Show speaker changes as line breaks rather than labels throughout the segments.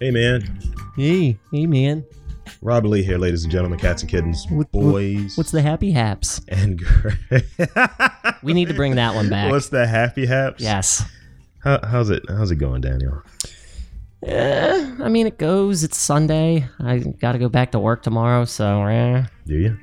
Hey man,
Hey, hey, man.
Rob Lee here, ladies and gentlemen, cats and kittens,
What- what-
boys
What's the happy haps?
and girls.
We need to bring that one back.
What's the happy haps?
yes.
How, how's it? How's it going, Daniel?
Eh, I mean, it goes. It's Sunday. I got to go back to work tomorrow, so. Eh.
Do you?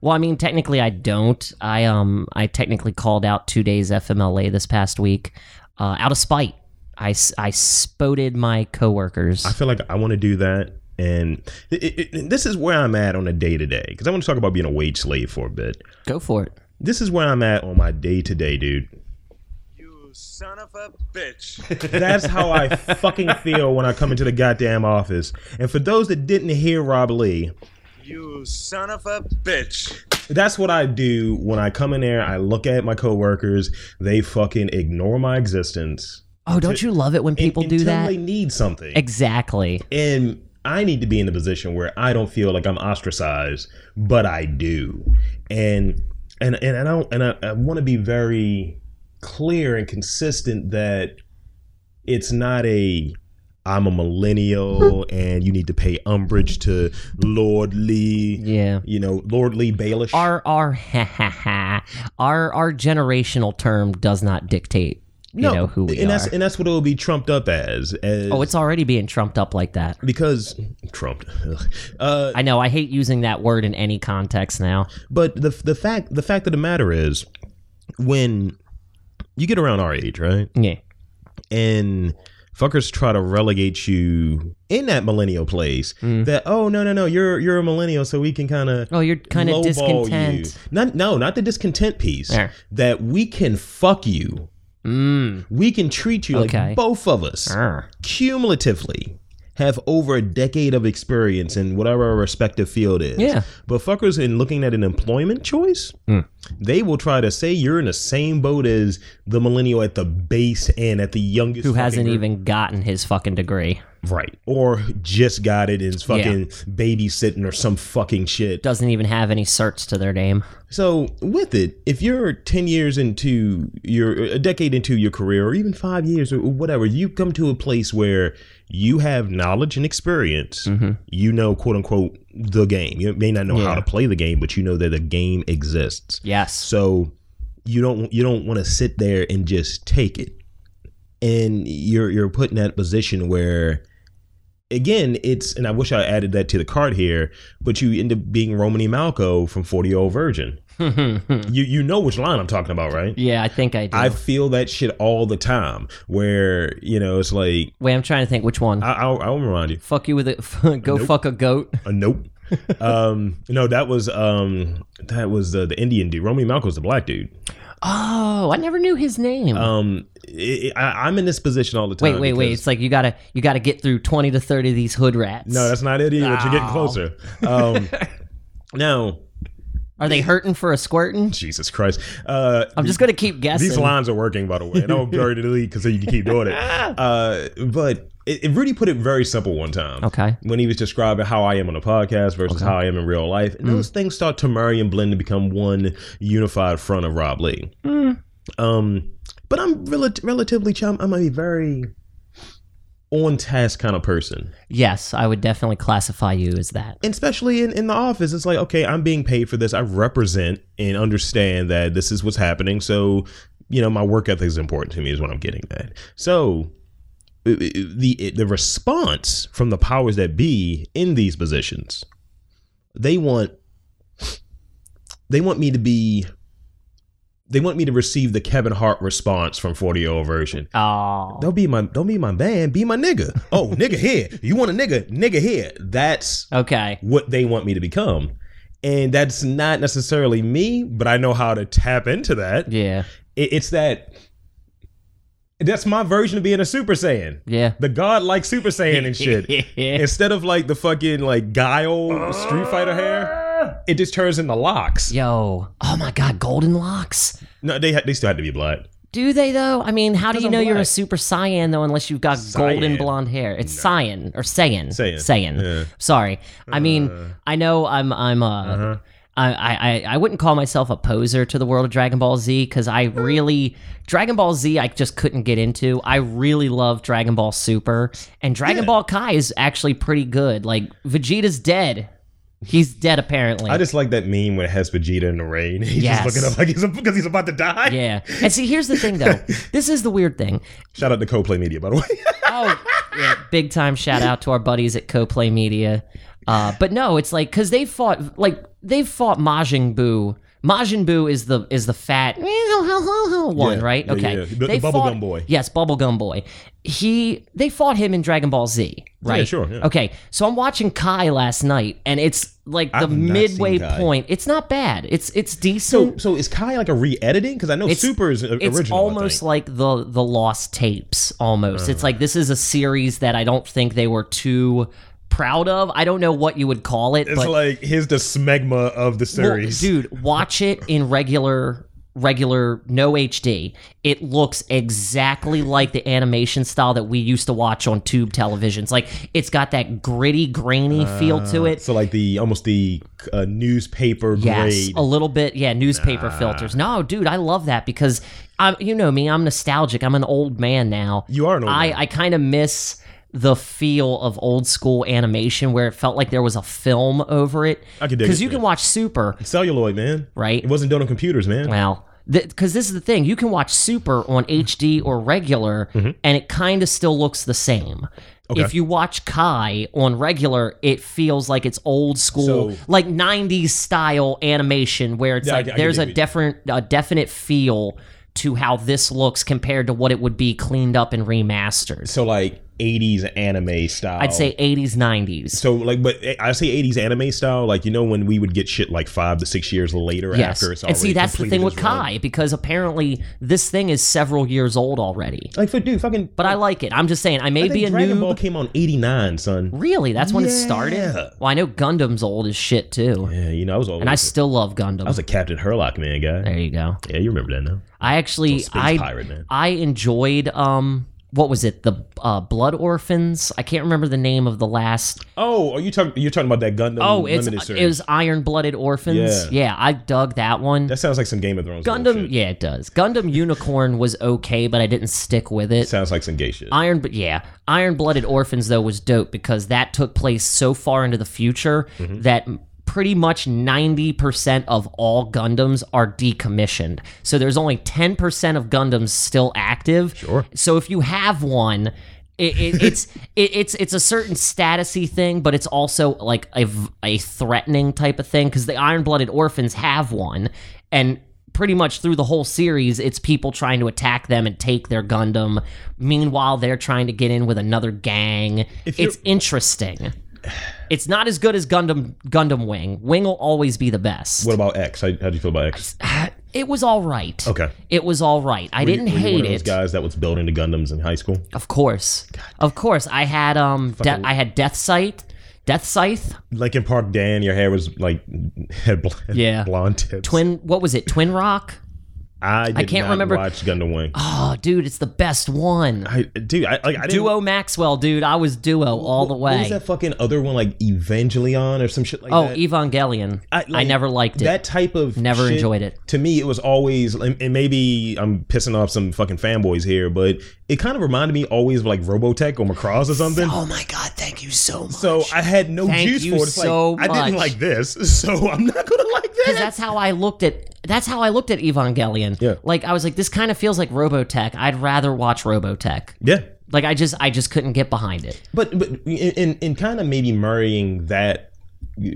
Well, I mean, technically, I don't. I um, I technically called out two days FMLA this past week, uh, out of spite. I s- I spoted my coworkers.
I feel like I want to do that, and it, it, it- this is where I'm at on a day to day because I want to talk about being a wage slave for a bit.
Go for it.
This is where I'm at on my day to day, dude.
You son of a bitch.
That's how I fucking feel when I come into the goddamn office. And for those that didn't hear Rob Lee,
You son of a bitch.
That's what I do when I come in there. I look at my coworkers. They fucking ignore my existence.
Oh, don't you love it when people
un-
do
until
that?
They need something,
Exactly.
and I need to be in the position where I don't feel like I'm ostracized, but I do. And and and I don't. And I, I want to be very clear and consistent that it's not a I'm a millennial and you need to pay umbrage to Lord Lee.
Yeah.
You know, Lord Lee Baelish.
Our our ha ha ha. Our our generational term does not dictate you know who we
and
are.
That's, and that's what it will be trumped up as. as
Oh, it's already being trumped up like that.
because trumped. Ugh. Uh,
I know. I hate using that word in any context now.
but the the fact the fact of the matter is, when you get around our age, right,
Yeah.
and fuckers try to relegate you in that millennial place
Mm.
that oh no no no you're you're a millennial so we can kind of
Oh, you're kind of discontent.
Not, no, not the discontent piece.
There.
That we can fuck you.
Mm.
We can treat you
Okay.
like both of us.
Arr.
cumulatively have over a decade of experience in whatever our respective field is.
Yeah. Mm.
But fuckers in looking at an employment choice, they will try to say you're in the same boat as the millennial at the base and at the youngest
Who
fucking
hasn't
group.
even gotten his fucking degree?
right or just got it and is fucking babysitting or some fucking shit.
Doesn't even have any certs to their name.
So with it, if you're ten years into your a decade into your career, or even five years or whatever, you come to a place where you have knowledge and experience. You know, quote unquote, the game. You may not know how
Yeah.
to play the game, but you know that the game exists.
Yes.
So you don't you don't want to sit there and just take it. And you're you're put in that position where again, it's and I wish I added that to the card here, but you end up being Romany Malco from 40 Year Old Virgin. you you know which line I'm talking about, right?
yeah, I think I do.
I feel that shit all the time where, you know, it's like
Wait, I'm trying to think which one.
I I'll, I'll remind you.
fuck you with a go. Fuck a goat.
Uh, nope. um no, that was um that was the, the Indian dude. Romany Malco's the black dude.
Oh, I never knew his name.
Um, it, it- I, I'm in this position all the time.
wait, wait, wait.
Uh, because-
It's like you gotta you gotta get through twenty to thirty of these hood rats.
No, that's not it either. You're getting closer. Um, now,
Are they hurting for a squirtin'?
Jesus Christ. Uh,
I'm just gonna keep guessing.
these lines are working, by the way. And I'm very delete because you can keep doing it. Uh, but it, it really put it very simple one time.
Okay.
When he was describing how I am on a podcast versus how I am in real life,
Mm.
and those things start to marry and blend to become one unified front of Rob Lee.
Mm.
Um, but I'm rel- relatively, chum- I'm a very on task kind of person.
Yes, I would definitely classify you as that.
and especially in, in the office it's like okay i'm being paid for this i represent and understand that this is what's happening so you know my work ethic is important to me is what i'm getting at so i- i- the the response from the powers that be in these positions they want they want me to be they want me to receive the kevin hart response from 40 year old version
Oh,
don't be my don't be my man be my nigga oh nigga here you want a nigga nigga here that's
okay.
what they want me to become. And that's not necessarily me, but I know how to tap into that.
Yeah,
It- it's that that's my version of being a Super Saiyan.
yeah.
The god like Super Saiyan and shit. Instead of like the fucking like guile Street Fighter hair, it just turns into locks.
Yo, oh my God, golden locks.
No, they ha- they still had to be black.
Do they though? I mean, how do
Because
you
I'm
know you're a
black.
super cyan though unless you've got golden
Cyan.
blonde hair? It's cyan or Saiyan.
Saiyan. Yeah. Uh.
Sorry. I mean, I know I'm I'm uh
Uh-huh.
I, I, I- I wouldn't call myself a poser to the world of Dragon Ball Z because I really Dragon Ball Z I just couldn't get into. I really love Dragon Ball Super and Dragon
Yeah.
Ball Kai is actually pretty good. Like Vegeta's dead. He's dead apparently.
I just like that meme when it has Vegeta in the rain. He's
Yes.
just looking up like he's because he's about to die.
yeah. And see here's the thing though. this is the weird thing.
Shout out to CoPlay Media, by the way.
oh yeah, big time shout out to our buddies at coplay media uh, but no it's like because they fought like they've fought majin buu majin buu is the is the fat one
Yeah,
right
yeah,
okay
yeah. The- the
They
bubblegum
fought-
boy.
yes bubblegum boy he they fought him in dragon ball z right
sure, yeah.
okay so i'm watching kai last night and it's like the
I've not seen
midway
Kai.
point it's not bad it's it's decent
so, so is Kai like a re-editing? Because I know Super is o-
it's
original.
almost like the the lost tapes almost it's
Uh.
like this is a series that i don't think they were too proud of i don't know what you would call it
it's
but
like here's the smegma of the
Well,
series.
dude watch it in regular regular no hd it looks exactly like the animation style that we used to watch on tube televisions like it's got that gritty grainy
Uh,
feel to it
So like the almost the uh, newspaper
Yes, Oh,
grade.
a little bit. Yeah, newspaper filters. No, dude, I love that because I'm, you know me, I'm nostalgic. I'm an old man now.
You are an old
I,
man.
I kind of miss the feel of old school animation where it felt like there was a film over it.
I can dig
Because
it,
you
yeah.
can watch Super,
Celluloid, man.
right?
It wasn't done on computers, man.
Well, because this is the thing, you can watch Super on HD or regular,
Mm-hmm.
and it kind of still looks the same. If you watch Kai on regular, it feels like it's old school,
So-
like '90s style animation, where it's
Yeah, I
like
get- I get
there's a
what you-
different, a definite feel to how this looks compared to what it would be cleaned up and remastered.
So like 80s anime style.
I'd say '80s, '90s.
Oh. So like, but eh, I say '80s anime style, like you know when we would get shit like five to six years later
Yes,
after it's already
and see that's the
completed
thing with
its run.
Kai because apparently this thing is several years old already.
Like, for, dude, fucking.
But I like it. I'm just saying I may
I
be
think
a
Dragon
noob.
Ball came on '89, son.
Really? That's when it
Yeah.
started? Well, I know Gundam's old as shit too.
Yeah, you know I was always.
And I
I
still love Gundam.
was a Captain Herlock man guy.
there you go.
Yeah, you remember that now?
I actually
Space
I
pirate man.
I enjoyed um what was it? The uh, Blood Orphans? I can't remember the name of the last.
Oh, are you talking? You're talking about that Gundam?
Oh, it's
limited series.
it was Iron Blooded Orphans. Yeah. I dug that one.
that sounds like some Game of Thrones
Gundam,
bullshit.
yeah, it does. Gundam Unicorn was okay, but I didn't stick with it.
Sounds like some gay shit.
Iron, but yeah, Iron Blooded Orphans though was dope because that took place so far into the future
Mm-hmm.
that m- pretty much 90% of all Gundams are decommissioned. So there's only 10% of Gundams still active.
Sure.
So if you have one, it, it, it's it, it's it's a certain statusy thing, but it's also like a, v- a threatening type of thing because the Iron Blooded Orphans have one, and pretty much through the whole series, it's people trying to attack them and take their Gundam. Meanwhile, they're trying to get in with another gang.
If you're-
It's interesting. It's not as good as Gundam Gundam Wing. Wing will always be the best.
what about X? How how do you feel about X?
It was all right.
Okay.
It was all right. I didn't
Were you
hate
one of those
it.
guys that was building the Gundams in high school.
Of course, of course. I had um, de- I had Death Sight, Death Scythe,
Lincoln Park Dan, your hair was like had bl-
Yeah.
blonde tips.
Twin. What was it? Twin Rock.
I did
can't
not
remember-
Watch Gundam Wing.
Oh, dude, it's the best one.
I, dude, I, like, I didn't,
Duo Maxwell, dude. I was duo all the
What was
way.
that fucking other one like Evangelion or some shit like
oh,
that?
Evangelion. I,
like,
never liked it.
That type of
Never
shit,
enjoyed it.
To me, it was always, and and maybe I'm pissing off some fucking fanboys here, but it kind of reminded me always of like Robotech or Macross or something.
oh my god, thank you so much.
So I had no
Thank
juice
you
for it. It's
so
like I didn't
much.
like this, so I'm not gonna like this.
Because that's how I looked at that's how I looked at Evangelion.
Yeah.
Like I was like, this kind of feels like Robotech. I'd rather watch Robotech.
yeah,
Like I just I just couldn't get behind it.
but but in in, in kind of maybe marrying that.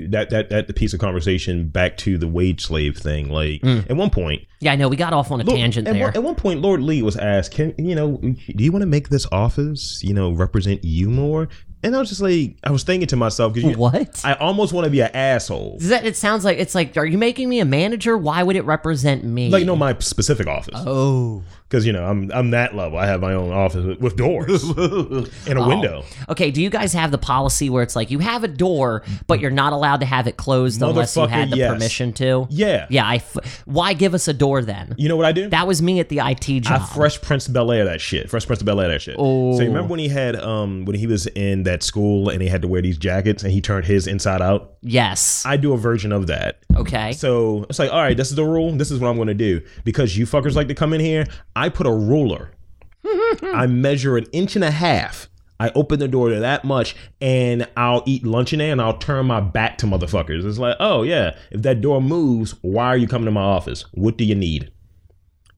That, that that piece of conversation back to the wage slave thing. Like at one point,
Yeah, I know we got off on a
Lord-
Mm. tangent
at
there.
One, at one point, Lord Lee was asked, "Can you know? Do you want to make this office, you know, represent you more?" And I was just like, I was thinking to myself, because
what?
I almost want to be an asshole.
Does that it sounds like it's like are you making me a manager? Why would it represent me?
Like, no, my specific office.
Oh.
because you know I'm I'm that level. I have my own office with, with doors and a window.
Okay, do you guys have the policy where it's like you have a door, but you're not allowed to have it closed unless you
Motherfucker,
had the
yes.
permission to?
Yeah.
Yeah, I. F- why give us a door then?
You know what I do?
That was me at the IT
I
job.
Fresh Prince of Bel Air that shit. Fresh Prince of Bel Air that shit. So you remember when he had um when he was in that school and he had to wear these jackets and he turned his inside out?
yes.
I do a version of that.
okay.
So it's like, all right, this is the rule. This is what I'm going to do because you fuckers like to come in here. I put a ruler. I measure an inch and a half. I open the door to that much, and I'll eat lunch in there, and I'll turn my back to motherfuckers. It's like, oh yeah, if that door moves, why are you coming to my office? What do you need?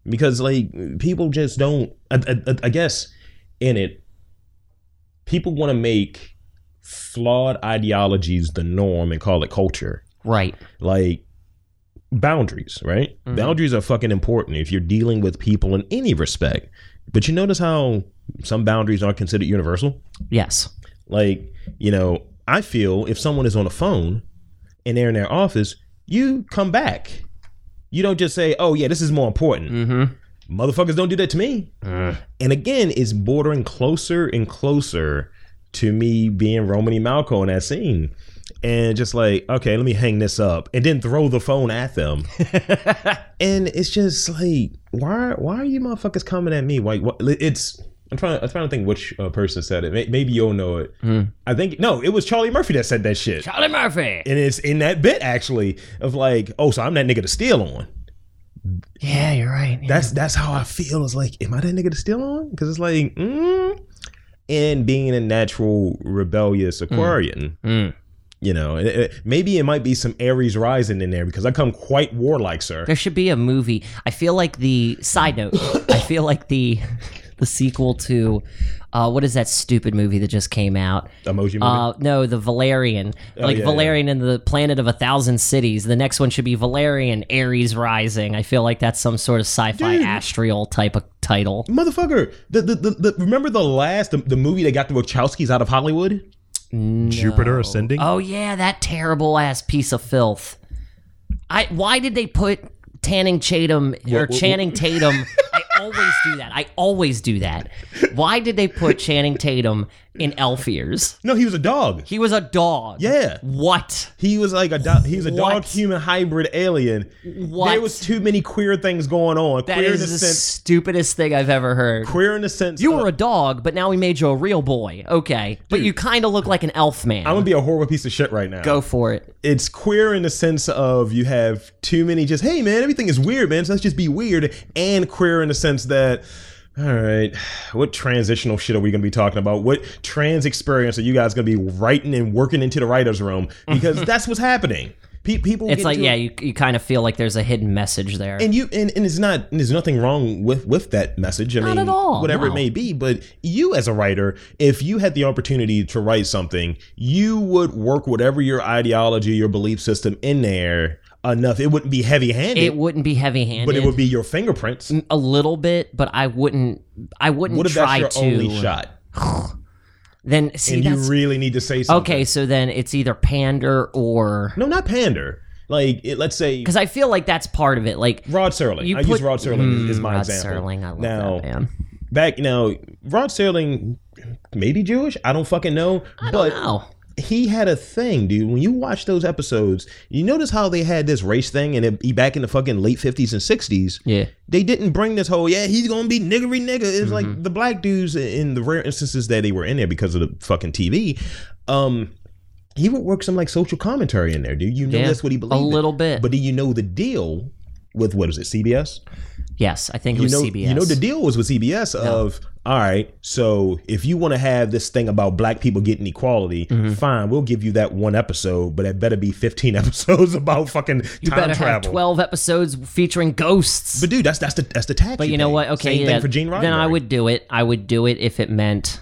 Because like people just don't. I, I, I guess in it, people want to make flawed ideologies the norm and call it culture
right.
like boundaries, right? Boundaries are fucking important if you're dealing with people in any respect. But you notice how some boundaries aren't considered universal?
Yes.
Like, you know, I feel if someone is on a phone and they're in their office, you come back. You don't just say, oh, yeah, this is more important.
Mm-hmm.
Motherfuckers don't do that to me. And again, it's bordering closer and closer to me being Romany Malco in that scene. And just like, okay, let me hang this up and then throw the phone at them. and it's just like, why why are you motherfuckers coming at me? Like, what, it's, I'm trying, I'm trying to think which uh, person said it. May- Maybe you'll know it. I think, no, it was Charlie Murphy that said that shit.
Charlie Murphy.
And it's in that bit actually of like, oh, so I'm that nigga to steal on.
Yeah, you're right. Yeah.
That's that's how I feel. It's like, am I that nigga to steal on? Because it's like, mm. and being a natural rebellious Aquarian,
Mm.
you know, it- it- maybe it might be some Aries rising in there because I come quite warlike, sir.
There should be a movie. I feel like the side note. I feel like the the sequel to uh, what is that stupid movie that just came out?
Emoji movie.
Uh, no, the Valerian, like
Oh, yeah,
Valerian and the Planet of a Thousand Cities. The next one should be Valerian Aries Rising. I feel like that's some sort of sci-fi
Dude.
astral type of title.
Motherfucker, the, the, the, the remember the last the, the movie that got the Wachowskis out of Hollywood?
Jupiter ascending.
Oh yeah, that terrible ass piece of filth. I why did they put Tanning Tatum or Channing Tatum? I always do that. I always do that. Why did they put Channing Tatum in elf ears?
No, he was a dog.
He was a dog.
Yeah.
What?
He was like a do- he was a
What?
dog human hybrid alien.
What?
There was too many queer things going on.
that
queer in
is
the
the
sense
stupidest thing I've ever heard.
queer in the sense
You
of-
were a dog, but now we made you a real boy. Okay. but you kind of look like an elf man.
I'm gonna be a horrible piece of shit right now.
Go for it.
it's queer in the sense of you have too many just hey man everything is weird man so let's just be weird and queer in the sense that all right what transitional shit are we going to be talking about what trans experience are you guys going to be writing and working into the writers room because that's what's happening Pe- people
It's
get
like,
into-
yeah, you, you kind of feel like there's a hidden message there.
and you and, and it's not and there's nothing wrong with with that message i mean
at all,
whatever
no.
it may be but you as a writer if you had the opportunity to write something you would work whatever your ideology your belief system in there enough it wouldn't be heavy
it
handed
wouldn't be heavy handed.
but it would be your fingerprints
a little bit, but I wouldn't. I wouldn't
what if that's
try
your
to.
only shot
Then see
and you
that's
really need to say something
okay. So then it's either pander or
no not pander like it, let's say
because I feel like that's part of it. Like
Rod Serling.
you
I
put-
use Rod Serling as
Mm,
my
Rod
example.
Serling, I love
now,
that man.
back now, Rod Serling, maybe Jewish. I don't fucking know. but
Wow.
he had a thing, dude. When you watch those episodes, you notice how they had this race thing, and it, back in the fucking late fifties and sixties,
Yeah.
they didn't bring this whole yeah he's gonna be niggery nigga. It's
Mm-hmm.
like the black dudes in the rare instances that they were in there because of the fucking TV. Um, he would work some like social commentary in there, dude. You know
Yeah.
that's what he
A
believed. in.
little bit.
but do you know the deal with what is it CBS?
yes, I think it
You
was
know,
CBS.
you know the deal was with CBS of all right. So if you want to have this thing about black people getting equality,
Mm-hmm.
fine, we'll give you that one episode, but it better be fifteen episodes about fucking time
you better
travel.
have twelve episodes featuring ghosts.
but dude, that's that's the that's the tax.
But you know what? Okay,
Same
yeah,
thing for Gene Roddenberry.
Then I would do it. I would do it if it meant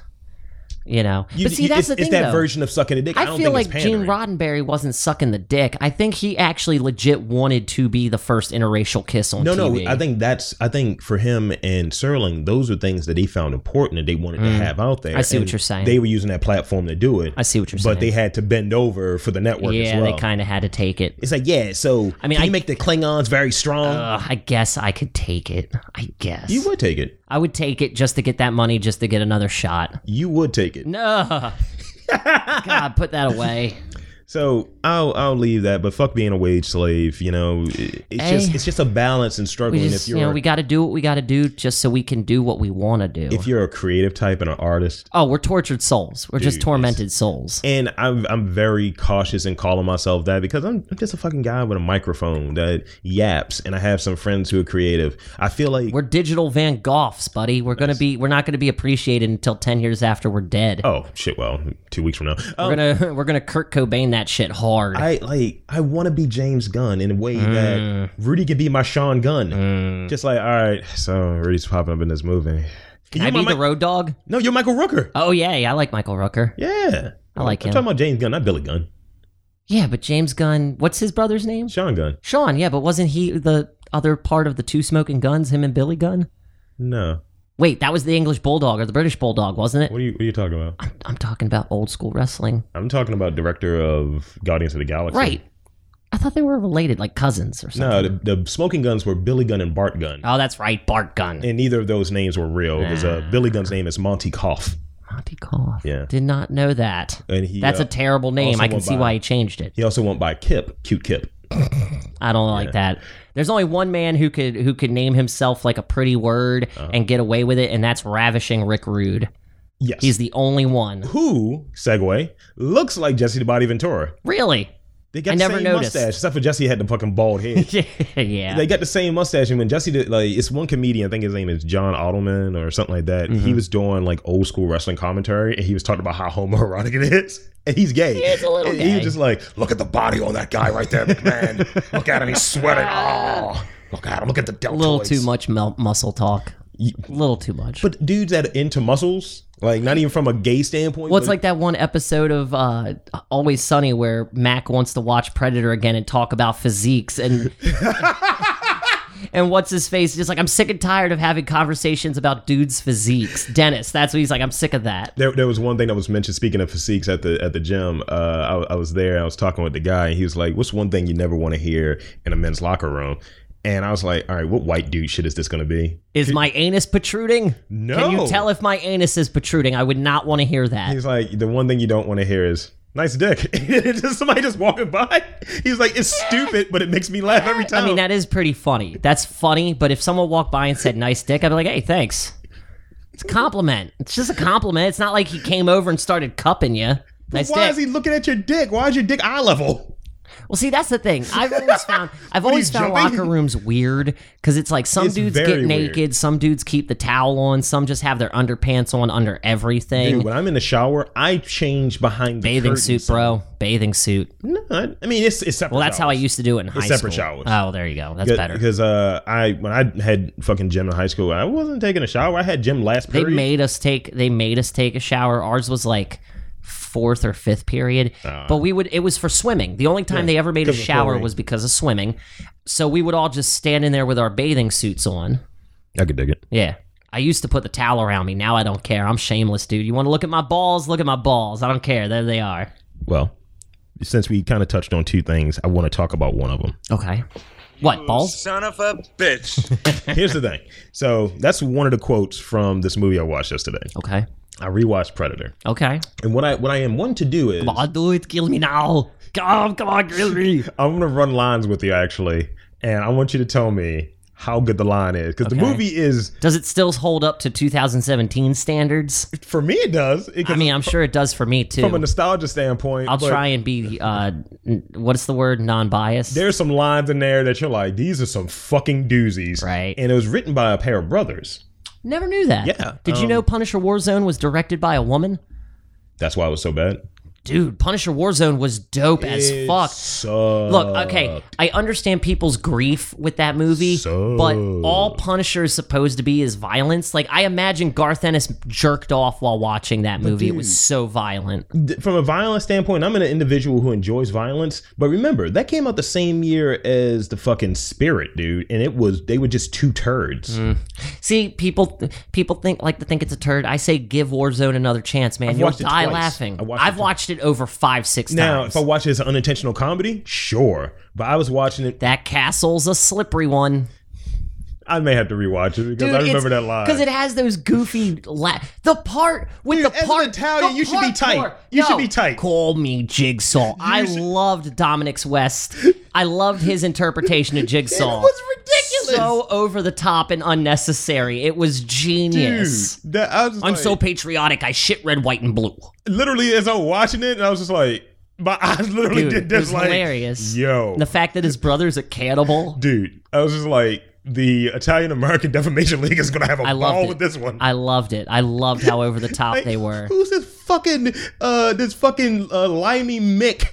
You know,
You-
but see,
you-
that's
it's,
the thing
it's that
though.
version of sucking a dick. I,
I
don't
feel
think
like
it's
Gene
pandering.
Roddenberry wasn't sucking the dick. I think he actually legit wanted to be the first interracial kiss on
No,
TV.
no. I think that's. I think for him and Serling, those are things that he found important and they wanted to have out there.
Mm. I see what
And
you're saying.
They were using that platform to do it.
I see what you're
But they
saying.
had to bend over for the network as
yeah,
well.
they kind of had to take it.
it's like yeah. So I
I
mean,
mean,
can you
I- Uh,
make the Klingons very strong.
Ugh, I guess I could take it. I guess
you would take it.
I would take it just to get that money, just to get another shot.
You would take it.
No, God, put that away.
So I'll I'll leave that. But fuck being a wage slave. You know, It- it's
Hey.
just it's just a balance and
Eh. We
struggling.
just,
if you're
you know, we got to do what we got to do, just so we can do what we want to do.
if you're a creative type and an artist,
oh, we're tortured souls. We're just
Dude,
tormented souls.
and I'm I'm very cautious in calling myself that because I'm, I'm just a fucking guy with a microphone that yaps, and I have some friends who are creative. I feel like
We're digital Van Goghs, buddy. We're gonna be. We're not gonna be appreciated until ten years after we're dead.
oh shit, well, two weeks from now,
We're
um,
gonna we're gonna Kurt Cobain that shit hard.
I like I want to be James Gunn in a way
Mm.
that Rudy could be my Sean Gunn, just like all right, so Rudy's popping up in this movie.
Can I
You're my
be the
Mi-
road dog?
no, you're Michael Rooker.
Oh yeah, yeah. I like Michael Rooker.
Yeah,
I like
I'm
him.
talking about James Gunn, not Billy Gunn.
Yeah, but James Gunn. What's his brother's name?
Sean Gunn.
Sean. Yeah, but wasn't he the other part of the two smoking guns? Him and Billy Gunn.
No,
Wait, that was the English Bulldog or the British Bulldog, wasn't
what
it?
are you what are you talking about?
I'm talking about old school wrestling.
I'm talking about director of Guardians of the Galaxy.
Right. I thought they were related, like cousins or something.
No, the, the smoking guns were Billy Gunn and Bart Gunn.
Oh, that's right, Bart Gunn.
and neither of those names were real because uh,
Ah.
Billy Gunn's name is Monty Kauf,
Monty Kauf.
Yeah.
Did not know that.
and he
That's
uh,
a terrible name.
also
I can
went
see
by-
why he changed it.
he also went by Kip, Cute Kip.
I don't like that. There's only one man who could who could name himself like a pretty word
Uh-huh.
and get away with it, and that's ravishing Rick Rude.
Yes,
He's the only one.
who segue looks like Jesse the Body Ventura.
Really?
They got
I
the
never
same
noticed.
mustache except for Jesse had the fucking bald head.
yeah.
They got the same mustache, and when Jesse did, like, it's one comedian. I think his name is John Ottoman or something like that. He was doing like old school wrestling commentary, and he was talking about how homoerotic it is, and he's gay.
is a little
And He
gay.
was just like,
Look at the body on that guy right there, McMahon. look at him, he's sweating. Oh, look at him. Look at the
a
deltoids.
little too much mel- muscle talk. A little too much.
but dudes that are into muscles, like not even from a gay standpoint.
Well, it's
but-
like that one episode of uh, Always Sunny where Mac wants to watch Predator again and talk about physiques and. And what's his face? Just like I'm sick and tired of having conversations about dudes' physiques. Dennis, that's what he's like. I'm sick of that.
There, there was one thing that was mentioned. Speaking of physiques at the at the gym, uh, I, I was there. I was talking with the guy, and he was like, "What's one thing you never want to hear in a men's locker room?" And I was like, "All right, what white dude shit is this going to be?"
Is my anus protruding?
No.
Can you tell if my anus is protruding? I would not want to hear that.
He's like, "The one thing you don't want to hear is." Nice dick. just somebody just walking by. He's like, it's stupid, but it makes me laugh every time.
I mean, that is pretty funny. That's funny, but if someone walked by and said nice dick, I'd be like, hey, thanks. It's a compliment. It's just a compliment. It's not like he came over and started cupping you. Nice
Why
dick.
is he looking at your dick? Why is your dick eye level?
well, see, that's the thing. I've always found I've always
you,
found
jumping?
locker rooms weird because it's like some
It's
dudes
very
get
weird.
naked, some dudes keep the towel on, some just have their underpants on under everything.
Dude, when I'm in the shower, I change behind the
Bathing
curtains.
suit, bro. Bathing suit.
No, I, I mean it's it's separate.
Well, that's how I
showers.
used to do it in high
separate
school.
showers.
Oh, there you go. That's
Because-
better.
Because uh, I when I had fucking gym in high school, I wasn't taking a shower. I had gym last
they
period.
made us take they made us take a shower ours was like fourth or fifth period but we would it was for swimming the only time they ever made a
Uh. because of
shower
chlorine.
was because of swimming so we would all just stand in there with our bathing suits on
I could dig it.
yeah i used to put the towel around me now i don't care i'm shameless dude you want to look at my balls look at my balls i don't care there they are
Well, since we kind of touched on two things, I want to talk about one of them.
okay what balls
Son of a bitch.
Here's the thing. So that's one of the quotes from this movie I watched yesterday.
okay
I rewatched Predator,
okay
and what I what I am one to do is
oh do it kill me now come come on kill me
I'm gonna run lines with you actually, and I want you to tell me how good the line is because the
Okay.
movie is
does it still hold up to 2017 standards
for me it does. It,
i mean i'm sure it does for me too
from a nostalgia standpoint,
I'll
but
try and be uh, n- what's the word? Non-biased.
there's some lines in there that you're like, these are some fucking doozies.
Right.
And it was written by a pair of brothers.
Never knew that.
Yeah, um,
Did you know Punisher Warzone was directed by a woman?
That's why it was so bad.
dude, Punisher Warzone was dope as fuck.
Sucked.
Look, okay, I understand people's grief with that movie, but all Punisher is supposed to be is violence. Like I imagine Garth Ennis jerked off while watching that movie. it was so violent.
th- from a violence standpoint, I'm an individual who enjoys violence. But remember, that came out the same year as the fucking Spirit, dude, and it was they were just two turds.
Mm-hmm. See, people people think like to think it's a turd. I say give Warzone another chance, man. You'll
watched it
die
twice.
laughing.
I watched it
I've
twice.
watched it over five, six
Now,
times.
if I watch it as an unintentional comedy, sure. But I was watching it.
that castle's a slippery one.
I may have to rewatch it because I remember that line.
because it has those goofy la- the part with the
as an
part.
Italian,
the
you should be tight.
parkour.
You should be tight.
Call me Jigsaw. I loved Dominic's West. I loved his interpretation of Jigsaw. it was ridiculous. So over the top and unnecessary. It was genius.
Dude, that, I was just
I'm
like-
so patriotic. I shit red, white, and blue.
literally as I'm watching it, and I was just like, my eyes literally
Dude,
did
it
this
was
like
hilarious.
Yo,
The fact that his brother's a cannibal.
dude, I was just like, the Italian American Defamation League is gonna have a
I loved
ball
it.
with this one.
I loved it. I loved how over the top
Like,
they were.
Who's this fucking uh this fucking uh, limey Mick?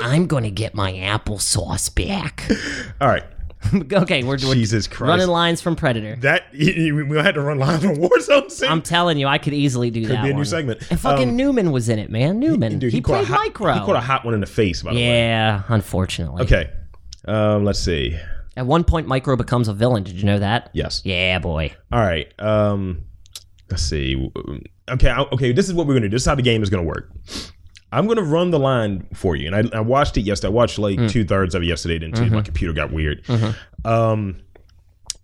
I'm gonna get my applesauce back.
All right,
okay, we're, we're
Jesus Christ.
running lines from Predator.
that y- y- we had to run live on Warzone. Soon.
I'm telling you, I could easily do that.
be a new
one.
segment. Um,
And fucking Newman was in it, man. Newman.
Dude,
he,
caught a
played
hot,
Micro.
He caught a hot one in the face. By the way,
yeah, unfortunately.
okay. Um, let's see.
At one point, Micro becomes a villain. Did you know that?
Yes.
Yeah, boy.
All right. Um, let's see. Okay. I, okay. This is what we're gonna do. This is how the game is gonna work. I'm gonna run the line for you, and I, I watched it yesterday. I watched like two thirds of it yesterday, then my computer got weird. Um,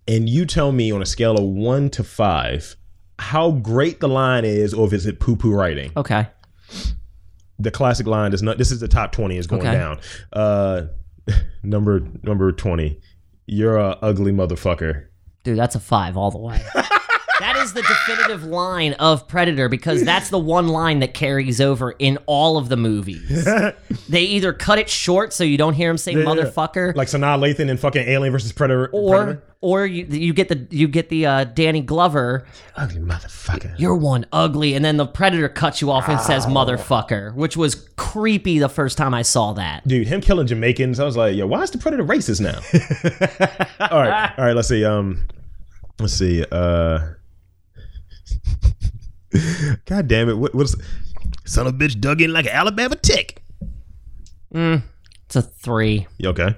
and you tell me on a scale of one to five how great the line is, or if it's poo poo writing.
Okay.
The classic line is not. This is the top twenty is going
Okay.
down. Uh, number number twenty. You're a ugly motherfucker.
Dude, that's a five all the way. that is the definitive line of Predator because that's the one line that carries over in all of the movies. they either cut it short so you don't hear him say motherfucker.
Like Sanaa Lathan in fucking Alien versus Predator. Predator.
or, or you, you get the you get the uh, Danny Glover
ugly motherfucker.
you're one ugly and then the predator cuts you off and says motherfucker which was creepy the first time i saw that
Dude, him killing Jamaicans. I was like, yo, why is the predator racist now? all right, all right. Let's see. Um, let's see. Uh, God damn it! What, what's son of a bitch dug in like an Alabama tick?
it's a three
You okay?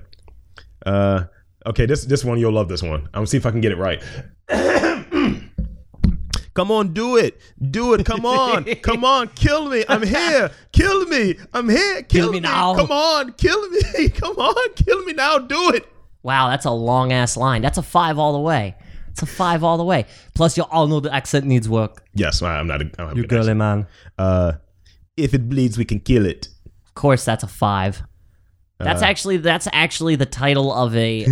Uh, okay. This this one you'll love. This one. I'm gonna see if I can get it right. Come on, do it, do it. Come on, come on, kill me. I'm here. Kill me. I'm here. Kill,
me now.
Come on, kill me. Come on, kill me now. Do it.
wow that's a long ass line that's a five all the way it's a five all the way plus you all know the accent needs work
Yes, I- I'm not. A, I don't have a good accent.
man
Uh, if it bleeds, we can kill it.
of course that's a five
Uh.
that's actually that's actually the title of a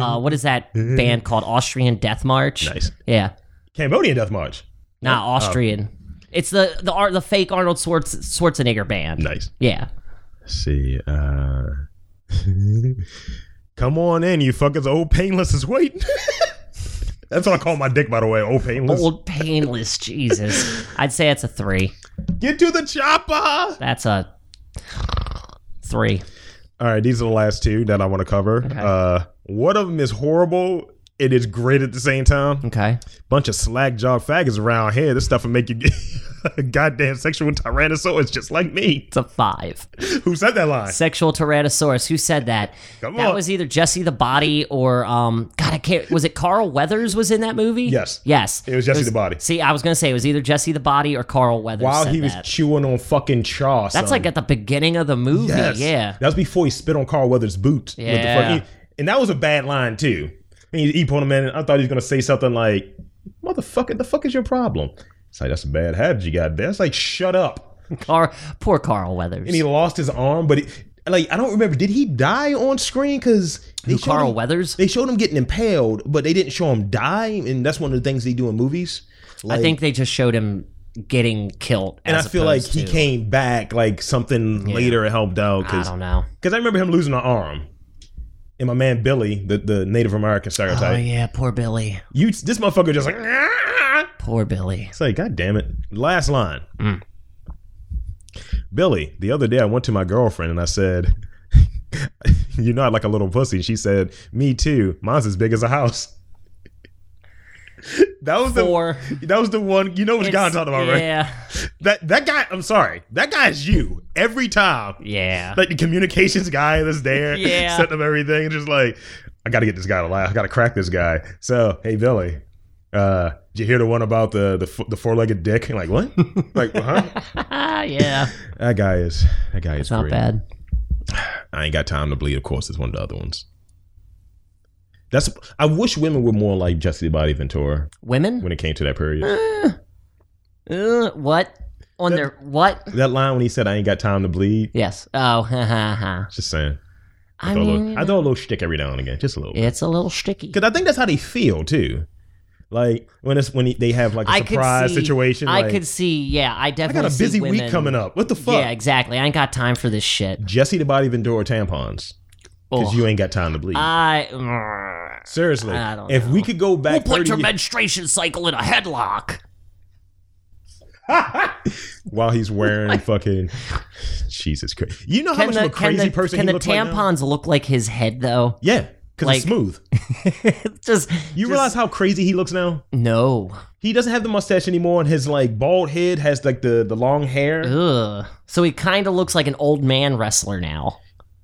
uh, what is that band called Austrian Death March?
Nice. Uh,
Yeah,
Cambodian Death March.
not Austrian. It's the the art the fake Arnold Schwarz, Schwarzenegger band.
Nice.
Yeah.
Let's see. Uh, come on in, you fuckers. Old painless is waiting. That's what I call my dick, by the way. Old painless.
Old painless, Jesus. I'd say it's a three.
Get to the chopper.
That's a three.
All right, these are the last two that I want to cover. Uh, one of them is horrible. It is great at the same time.
Okay.
Bunch of slack jawed faggots around here. This stuff will make you get a goddamn sexual tyrannosaurus just like me.
It's a five.
Who said that line?
Sexual Tyrannosaurus. Who said that?
Come
that
on.
was either Jesse the Body or um. God, I can't. Was it Carl Weathers was in that movie?
Yes.
Yes.
It was Jesse the Body.
See, I was gonna say it was either Jesse the Body or Carl Weathers.
While
said
he was
that.
chewing on fucking chaw.
That's like at the beginning of the movie. Yeah.
That was before he spit on Carl Weathers' boot. with the
Yeah.
fucking- and that was a bad line too. And he, he pulled him in, and I thought he was gonna say something like, "Motherfucker, the fuck is your problem?" It's like that's a bad habit you got there. It's like shut up.
Car- poor Carl Weathers.
And he lost his arm, but it, like I don't remember. Did he die on screen? Because they
Who,
showed
Carl
him-
Weathers.
They showed him getting impaled, but they didn't show him die. And that's one of the things they do in movies.
I
Like-
think they just showed him getting killed.
and I
as
feel like
opposed
he
to-
came back like something later and helped out
I
because
don't know.
Because I remember him losing an arm. And my man Billy, the, the Native American
Oh
stereotype,
yeah, poor Billy.
you this motherfucker just like, "Ah."
Poor Billy. Mm.
it's like, God damn it. Last line. Billy, the other day I went to my girlfriend and I said, You know, I like a little pussy. She said, Me too. Mine's as big as a house. that was
Four.
the that was the one you know what guy I'm
It's-
talking about, right?
Yeah.
That that guy, I'm sorry. That guy's you every time.
Yeah.
Like the communications guy that's there,
Yeah.
setting up everything, and just like, I gotta get this guy to laugh. I gotta crack this guy. So, hey Billy, uh, did you hear the one about the the, f- the four legged dick? Like what? like huh?
yeah.
That guy is that guy
It's
is
not
great.
bad.
I ain't got time to bleed. Of course, it's one of the other ones. That's I wish women were more like Jesse Body Ventura
Women?
when it came to that period.
Uh, what? On their what?
that line when he said, "I ain't got time to bleed."
Yes. Oh, ha ha ha.
Just saying.
I
throw a little-
mean,
I throw a little shtick every now and again, just a little.
it's a little sticky.
Because I think that's how they feel too. Like when it's when they have like a
I
surprise
could see,
situation.
I
like,
could see. Yeah, I
I
definitely.
got a
see
busy
women.
week coming up. What the fuck?
Yeah, exactly. I ain't got time for this shit.
Jesse the Body Ventura tampons because
Ugh.
you ain't got time to bleed.
I.
Seriously,
I don't
if we could go
Who
back
put
30
your
years-
menstruation cycle in a headlock?
while he's wearing fucking Jesus Christ. You know how
Can
much
the,
of a crazy
can the,
person he
can the
looks like now?
tampons look like his head though?
Yeah, because
Like-
it's smooth.
Just
You realize how crazy he looks now?
no.
He doesn't have the mustache anymore, and his like bald head has like the the long hair.
Ugh. So he kind of looks like an old man wrestler now.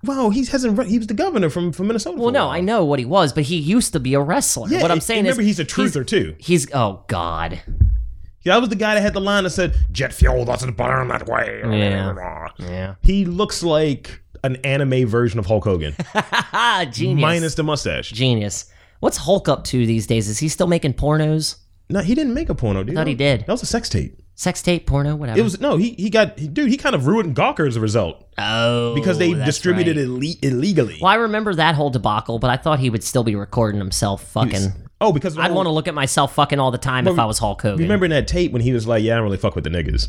Wow, he hasn't. Re- he was the governor from from Minnesota.
Well, no, I know what he was, but he used to be a wrestler. what I'm saying
remember
is,
he's a truther too.
he's oh god,
That was the guy that had the line that said,
Jet fuel doesn't burn that way.
Yeah. yeah,
"He looks like an anime version of Hulk Hogan,
genius,
minus the mustache."
genius. What's Hulk up to these days? Is he still making pornos?
No, he didn't make a porno. Dude.
Thought he did.
That was a sex tape.
Sex tape, porno, whatever.
It was no. He he got he- dude. He kind of ruined Gawker as a result
oh,
because they
that's
distributed
right.
it ille- illegally.
Well, I remember that whole debacle, but I thought he would still be recording himself fucking.
Oh, because
I'd want to look at myself fucking all the time if I was Hulk Hogan.
remember in that tape when he was like, "Yeah, I don't really fuck with the niggas."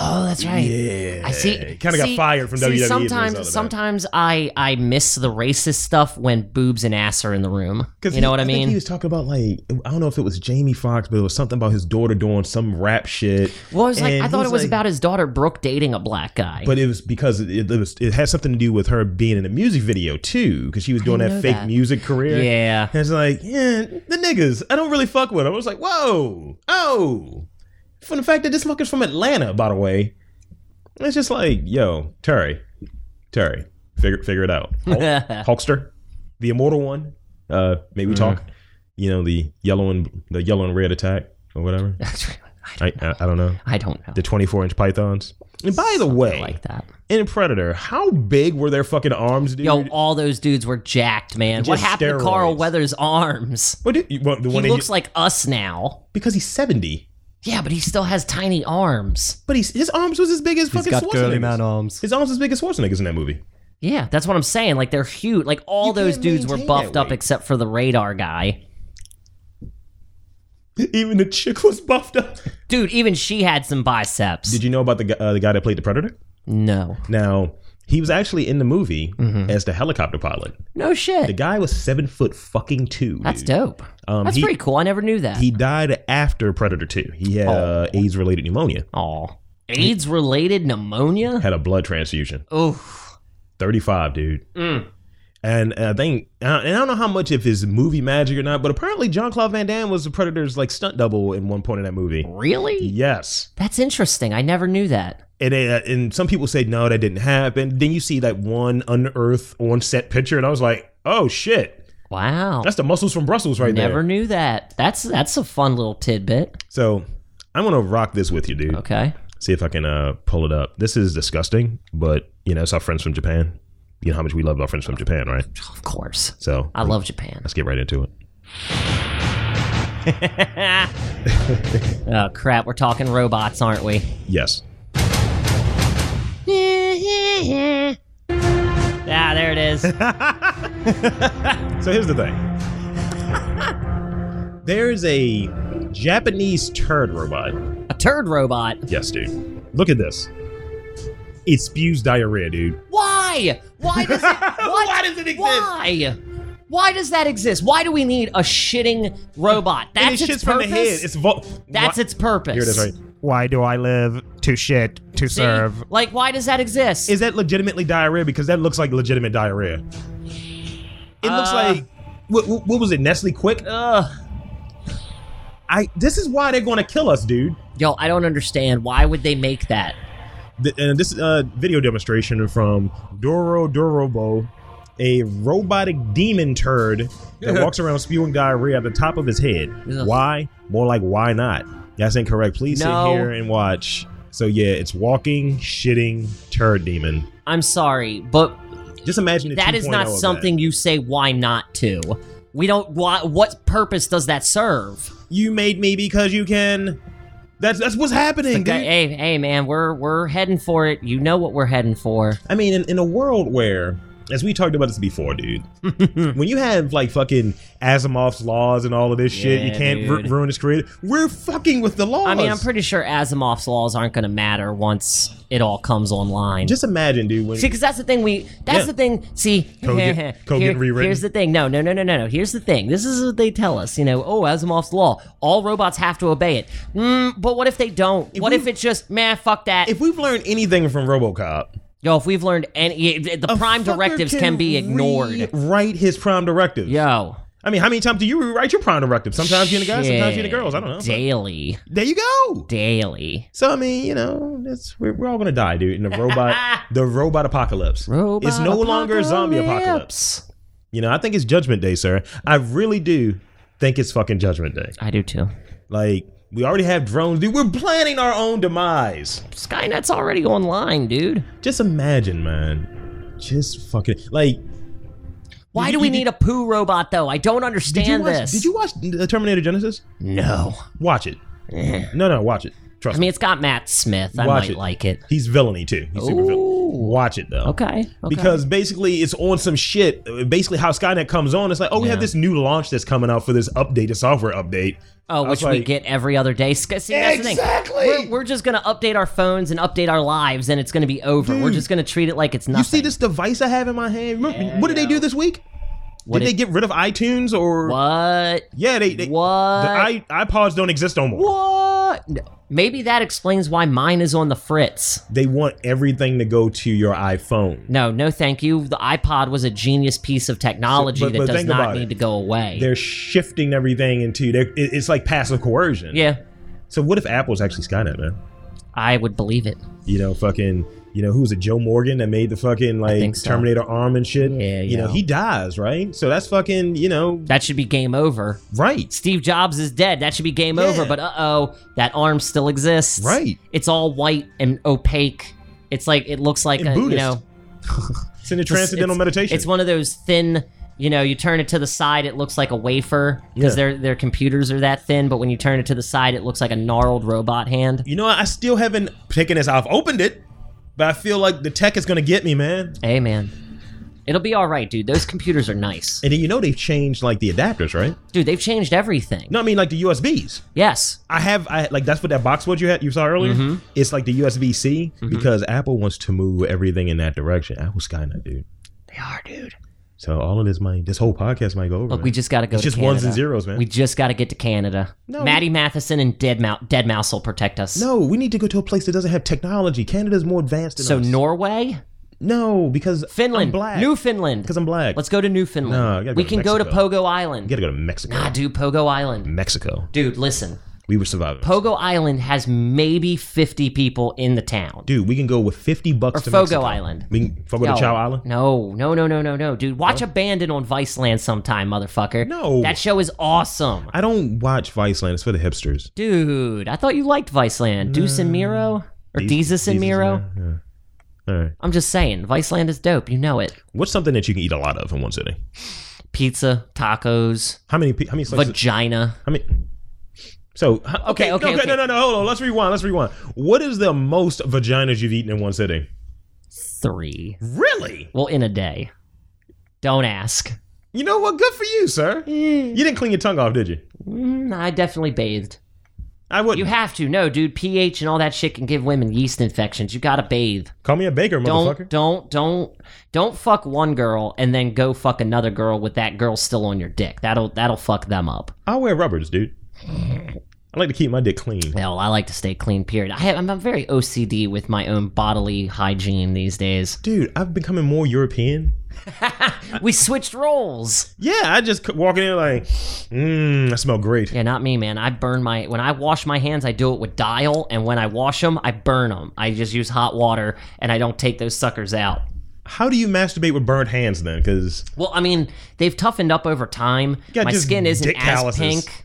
Oh, that's right.
Yeah.
I see.
Kinda got
see-
fired from E
see,
WWE as a result of
Sometimes,
that.
sometimes I I miss the racist stuff when boobs and ass are in the room. You know
he-
what I
think
mean?
he was talking about like I don't know if it was Jamie Foxx, but it was something about his daughter doing some rap shit.
well, I was like,
and
I
he
thought
was
it was
like-
about his daughter Brooke dating a black guy.
But it was because it, it was it had something to do with her being in a music video too, because she was doing
know
that fake
that.
music career.
yeah,
and it's like, yeah, the niggas, I don't really fuck with them. I was like, whoa, oh, from the fact that this fucker's from Atlanta, by the way. It's just like, yo, Terry, Terry, figure figure it out. Hulk- Hulkster, the immortal one. Uh, maybe
Mm-hmm.
talk. You know the yellow and the yellow and red attack or whatever. I I, I don't know
I don't know.
the 24 inch pythons. And by the way,
like that.
in Predator, how big were their fucking arms, dude?
Yo, all those dudes were jacked, man. What
Just
happened to Carl
steroids.
Weathers' arms?
what did, you- what, the
He
one that
looks
you-
like us now.
because he's 70,
Yeah, but he still has tiny arms.
but he's, his arms was as big as
He's
fucking
got girly
Schwarzenegger's.
man arms.
His arms as big as Schwarzenegger's in that movie.
Yeah, that's what I'm saying. Like they're huge. Like all
You
those
can't
dudes were
maintain
buffed
that
up
weight.
except for the radar guy.
Even the chick was buffed up.
Dude, even she had some biceps.
Did you know about the gu- uh, the guy that played the Predator?
no.
Now he was actually in the movie
Mm-hmm.
as the helicopter pilot.
No
The
shit.
guy was seven foot fucking two.
That's
dude.
dope.
Um,
That's
he-
pretty Oh. cool. I never knew that.
He died after Predator Two. He had uh, AIDS related pneumonia.
Aw. AIDS related pneumonia?
Had a blood transfusion.
Oof.
35, dude.
Mm.
And I think, uh, and I don't know how much if it's movie magic or not, but apparently John Claude Van Damme was the Predator's like stunt double in one point in that movie.
Really?
Yes,
That's interesting. I never knew that.
and uh, and some people said no, that didn't happen. Then you see that one unearthed on set picture, and I was like, oh shit,
Wow.
that's the muscles from Brussels right
never
there.
knew that. That's that's a fun little tidbit.
So I'm gonna rock this with you, dude.
Okay.
See if I can uh, pull it up. This is disgusting, but you know it's our friends from Japan. You know how much we love our friends from Japan, right?
Of course.
So
I love Japan.
let's get right into it. Uh,
Oh crap, we're talking robots, aren't we?
Yes.
Ah, there it is.
So here's the thing. There's a Japanese turd robot.
a turd robot.
Yes, dude. Look at this. It spews diarrhea, dude.
Why? Why does it, what?
Why does it exist?
Why? Why does that exist? Why do we need a shitting robot?
And
That's
it
its
shits from the
purpose.
head. It's vo-
That's
Why-
its purpose.
Here it is, right?
Why do I live to shit to
See?
serve?
Like, why does that exist?
Is that legitimately diarrhea? Because that looks like legitimate diarrhea. It looks
Uh.
like what, what, what was it? Nestle Quick.
Ugh.
I. This is why they're going to kill us, dude.
Yo, I don't understand. Why would they make that?
Th- and this uh, video demonstration from Doro Dorobo, a robotic demon turd that walks around spewing diarrhea at the top of his head.
Ugh.
Why? More like why not? That's incorrect. Please
No.
sit here and watch. So yeah, it's walking, shitting turd demon.
I'm sorry, but
Just imagine the
that is
2.0
not
of that.
something you say why not to. We don't why what purpose does that serve?
You made me because you can. That's that's what's happening, dude.
Okay, hey, hey man, we're we're heading for it. You know what we're heading for.
I mean, in, in a world where, as we talked about this before, dude, when you have like fucking Asimov's laws and all of this shit, you
Yeah,
can't ru-
dude.
ruin his career. We're fucking with the laws.
I mean, I'm pretty sure Asimov's laws aren't going to matter once it all comes online.
Just imagine, dude. When
See, because that's the thing we. That's
Yeah.
the thing. See,
Code get- code getting rewritten.
Here's the thing. No, no, no, no, no, no. Here's the thing. This is what they tell us. You know, oh, Asimov's law. All robots have to obey it. Mm, but what if they don't? what
we-
if it's just man? Fuck that.
if we've learned anything from RoboCop,
Yo, if we've learned any, the
a
prime
fucker
directives can, be ignored.
Rewrite his prime directive.
Yo,
I mean, how many times do you rewrite your prime directive? Sometimes you're the guys, sometimes you're the
shit.
girls. I don't know.
Daily,
there you go.
daily.
So I mean, you know, that's we're, we're all gonna die, dude. In the robot, the robot apocalypse.
Robot
it's no longer a zombie apocalypse. You know, I think it's Judgment Day, sir. I really do think it's fucking Judgment Day.
I do too.
Like we already have drones, dude. We're planning our own demise.
Skynet's already online, dude.
Just imagine, man. Just fucking like.
Why
Did
do
you-
we
did-
need a poo robot though? I don't
Did
understand
you watch?
this.
Did you watch uh, Terminator Genesis?
No.
Watch it. No, no, watch it. Trust
I mean, it's got Matt Smith. I
Watch
might
it.
like it.
me. He's villainy too. He's super
Ooh.
villain. Watch it though.
Okay. okay.
Because basically, it's on some shit. uh, Basically, how Skynet comes on, it's like, oh, we have
Yeah.
this new launch that's coming out for this update, a software update.
oh,
I was
which we
like-
get every other day. Sk- See, that's
Exactly.
the thing. We're, we're just gonna update our phones and update our lives, and it's gonna be over. we're
Dude.
just gonna treat it like it's nothing.
You see this device I have in my hand? Remember- what did they do this week?
What
did
did-
they get rid of iTunes or
What?
yeah? They, they
What?
The i iPods don't exist no more.
What? No. Maybe that explains why mine is on the fritz.
They want everything to go to your iPhone.
No, no, thank you. The iPod was a genius piece of technology
So- but- but
that does
think
not
about
need
it.
to go away.
They're shifting everything into their. it- It's like passive coercion.
yeah,
So what if Apple's actually Skynet, man?
I would believe it.
You know, fucking. You know who's it? Joe Morgan that made the fucking like
think so.
Terminator arm and shit.
Yeah,
You know
yeah.
he dies, right? So that's fucking. You know,
That should be game over.
right.
Steve Jobs is dead. That should be game over.
Yeah.
But uh oh, that arm still exists.
Right.
It's all white and opaque. It's like it looks like
And
a, you
Buddhist.
know
It's in a
it's-
transcendental
it's-
meditation.
It's one of those thin. You know, you turn it to the side, it looks like a wafer
Yeah.
because their their computers are that thin. But when you turn it to the side, it looks like a gnarled robot hand.
You know, I still haven't taken this. I've opened it, but I feel like the tech is gonna get me, man.
Hey man, it'll be all right, dude. Those computers are nice,
And then you know they've changed like the adapters, right?
dude. They've changed everything.
No, I mean like the USBs.
Yes,
I have, I like that's what that box was you had you saw earlier.
Mm-hmm.
It's like the USB C because Apple wants to move everything in that direction. Apple Skynet, dude.
they are, dude.
So all of this might, this whole podcast might go over.
Look, we
man.
just got to go.
it's
to
just ones and
Canada.
zeros, man.
We just got to get to Canada.
No,
Maddie Matheson and Dead Mouse, Dead Mouse will protect us.
no, we need to go to a place that doesn't have technology. Canada's more advanced than
So
us.
Norway,
no, because
Finland,
I'm black.
Newfoundland.
because I'm black.
Let's go to Newfoundland.
No, I gotta go
we
to
can go to
Mexico.
Pogo
we
Island.
gotta go to Mexico.
Nah, dude, Pogo Island.
Mexico,
Dude, listen.
we were surviving.
Pogo Island has maybe 50 people in the town.
Dude, we can go with fifty bucks
Or
to
Fogo
Mexico.
Island.
We can Fogo
No.
to Chow Island.
No, no, no, no, no, no. Dude, watch Abandon on Viceland sometime, motherfucker.
No.
That show is awesome.
I don't watch Viceland. It's for the hipsters.
Dude, I thought you liked Viceland. Deuce and Miro? Or Jesus Mm. and Miro?
Yeah. All right.
I'm just saying, Viceland is dope. You know it.
What's something that you can eat a lot of in one sitting?
Pizza, tacos,
How many? pe- How many slices?
vagina.
how many? So h-
Okay, okay,
no,
okay.
no, no, no. Hold on. Let's rewind. Let's rewind. What is the most vaginas you've eaten in one sitting?
Three.
Really?
Well, in a day. Don't ask.
You know what? Good for you, sir. You didn't clean your tongue off, did you?
Mm, I definitely bathed.
I would.
You
not
have to. No, dude, pH and all that shit can give women yeast infections. You gotta bathe.
Call me a baker,
Don't,
motherfucker.
don't, don't, don't fuck one girl and then go fuck another girl with that girl still on your dick. That'll, that'll fuck them up.
I'll wear rubbers, dude. I I like to keep my dick clean.
Well, I like to stay clean. Period. I have, I'm I'm very OCD with my own bodily hygiene these days.
Dude, I've becoming more European.
we switched roles.
Yeah, I just c- walking in like, mmm, I smell great.
Yeah, not me, man. I burn my when I wash my hands, I do it with dial, and when I wash them, I burn them. I just use hot water, and I don't take those suckers out.
How do you masturbate with burnt hands then? Because
Well, I mean, they've toughened up over time. My skin isn't
dick
as
calluses.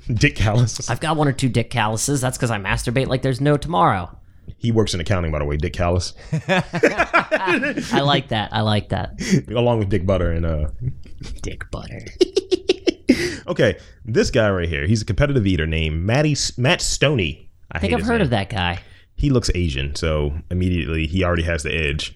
pink.
Dick calluses.
I've got one or two dick calluses. That's because I masturbate like there's no tomorrow.
he works in accounting, by the way. Dick callus,
I like that. I like that.
along with Dick Butter and uh,
Dick butter.
Okay, this guy right here, he's a competitive eater named Matty Matt Stoney. I,
I think
hate
I've
his
heard
name.
of that guy.
He looks Asian, so immediately he already has the edge.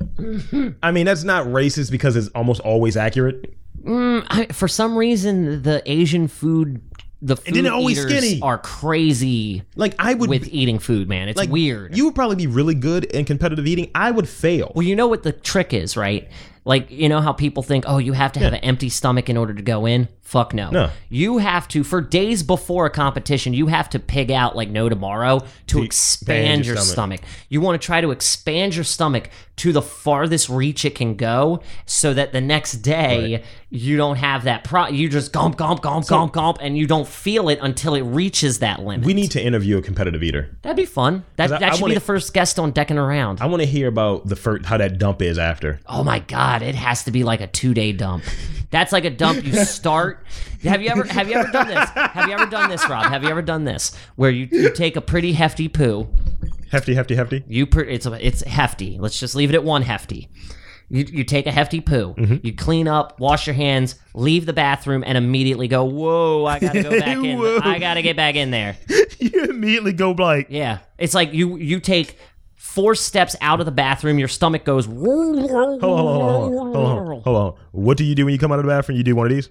I mean, that's not racist because it's almost always accurate.
I, for some reason, the Asian food, the food
And then they're always
eaters
skinny.
are crazy
Like I would
with eating food, man. It's
like
weird.
You would probably be really good in competitive eating. I would fail.
well, you know what the trick is, right? Like, you know how people think, oh, you have to have an empty stomach in order to go in? Fuck no.
No.
You have to, for days before a competition, you have to pig out like no tomorrow to expand
your
your
stomach.
stomach. You want to try to expand your stomach to the farthest reach it can go so that the next day you don't have that pro. You just gomp, gomp, gomp, gomp, gomp, and you don't feel it until it reaches that limit.
we need to interview a competitive eater.
That'd be fun. That,
'Cause I-
that
I
should
wanna-
be the first guest on Decking Around.
I want to hear about the first how that dump is after.
Oh my god, it has to be like a two day dump. That's like a dump you start. Have you ever have you ever done this? Have you ever done this, Rob? Have you ever done this where you, you take a pretty hefty poo?
Hefty, hefty, hefty.
You per, it's a, it's hefty. Let's just leave it at one hefty. You, you take a hefty poo.
Mm-hmm.
You clean up, wash your hands, leave the bathroom, and immediately go. Whoa! I gotta go back in.
Whoa.
I gotta get back in there.
you immediately go like,
Yeah, it's like you you take four steps out of the bathroom, your stomach goes.
Hold on, hold on, hold on, hold on, hold on. What do you do when you come out of the bathroom? You do one of these.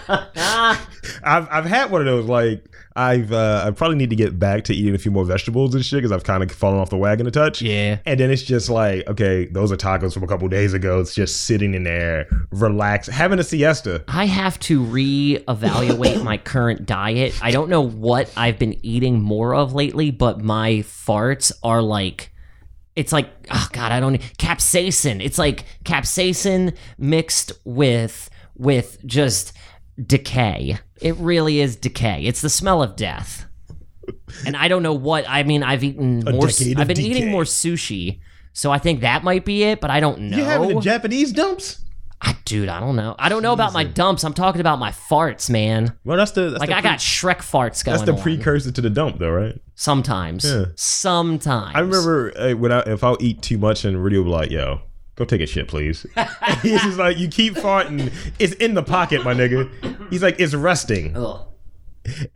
I've I've had one of those. Like I've uh, I probably need to get back to eating a few more vegetables and shit because I've kind of fallen off the wagon a touch.
Yeah.
And then it's just like, okay, those are tacos from a couple days ago. It's just sitting in there, relax, having a siesta.
I have to reevaluate my current diet. I don't know what I've been eating more of lately, but my farts are like it's like oh god, I don't capsaicin. It's like capsaicin mixed with with just decay. It really is decay. It's the smell of death. And I don't know what I mean. I've eaten more. s-
decade of
I've been
decay.
eating more sushi, so I think that might be it. But I don't know.
You having the Japanese dumps?
I, Ah, dude, I don't know. I don't know about my dumps. I'm talking about my farts, man.
Well, that's the that's
Like
the
I
pre-
got Shrek farts going
that's the
on.
precursor to the dump, though, right?
Sometimes, sometimes.
I remember uh, when I if I'll eat too much and Rudy will be like, "Yo, go take a shit, please." He's just like, "You keep farting. It's in the pocket, my nigga." He's like, "It's resting,"
Ugh.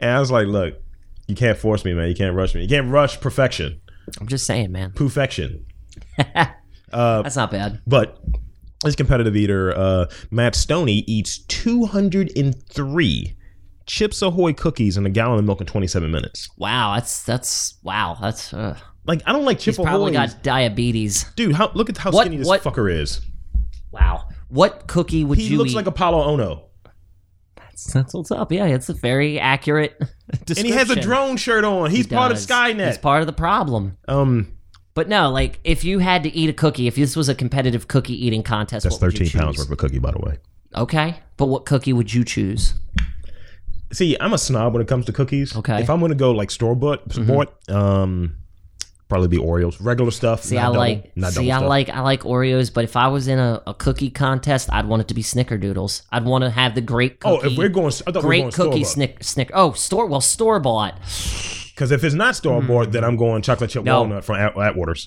and I was like, "Look, you can't force me, man. You can't rush me. You can't rush perfection,
I'm just saying, man.
perfection." Uh,
That's not bad.
But this competitive eater, uh, Matt Stoney, eats 203 Chips Ahoy cookies and a gallon of milk in 27 minutes.
Wow, that's that's wow. That's uh,
Like, I don't like Chip
probably
Ahoy,
got diabetes.
dude. How look at how
What-
skinny this
what-
fucker is.
Wow. What cookie would
He
you
looks
eat?
like Apollo Ono.
that's what's up. Yeah, it's a very accurate description.
and he has a drone shirt on. He's part of
Does.
Skynet.
He's part of the problem.
um,
But no, like if you had to eat a cookie, if this was a competitive cookie eating contest,
that's
what would you
thirteen pounds
choose?
worth of cookie, by the way.
Okay, but what cookie would you choose?
See, I'm a snob when it comes to cookies.
Okay. Mm-hmm.
if I'm gonna go like store bought, bought, um, probably be Oreos, regular stuff.
See, I like
not
see, I
double stuff.
like I like Oreos, but if I was in a, a cookie contest, I'd want it to be Snickerdoodles. I'd want to have the great
Oh,
cookie.
if we're going, I thought we were
great
going store
cookie
bought.
snick snick. Oh, store well store bought.
Because if it's not store bought, then I'm going chocolate chip
Mm. No.
walnut from At- Atwater's.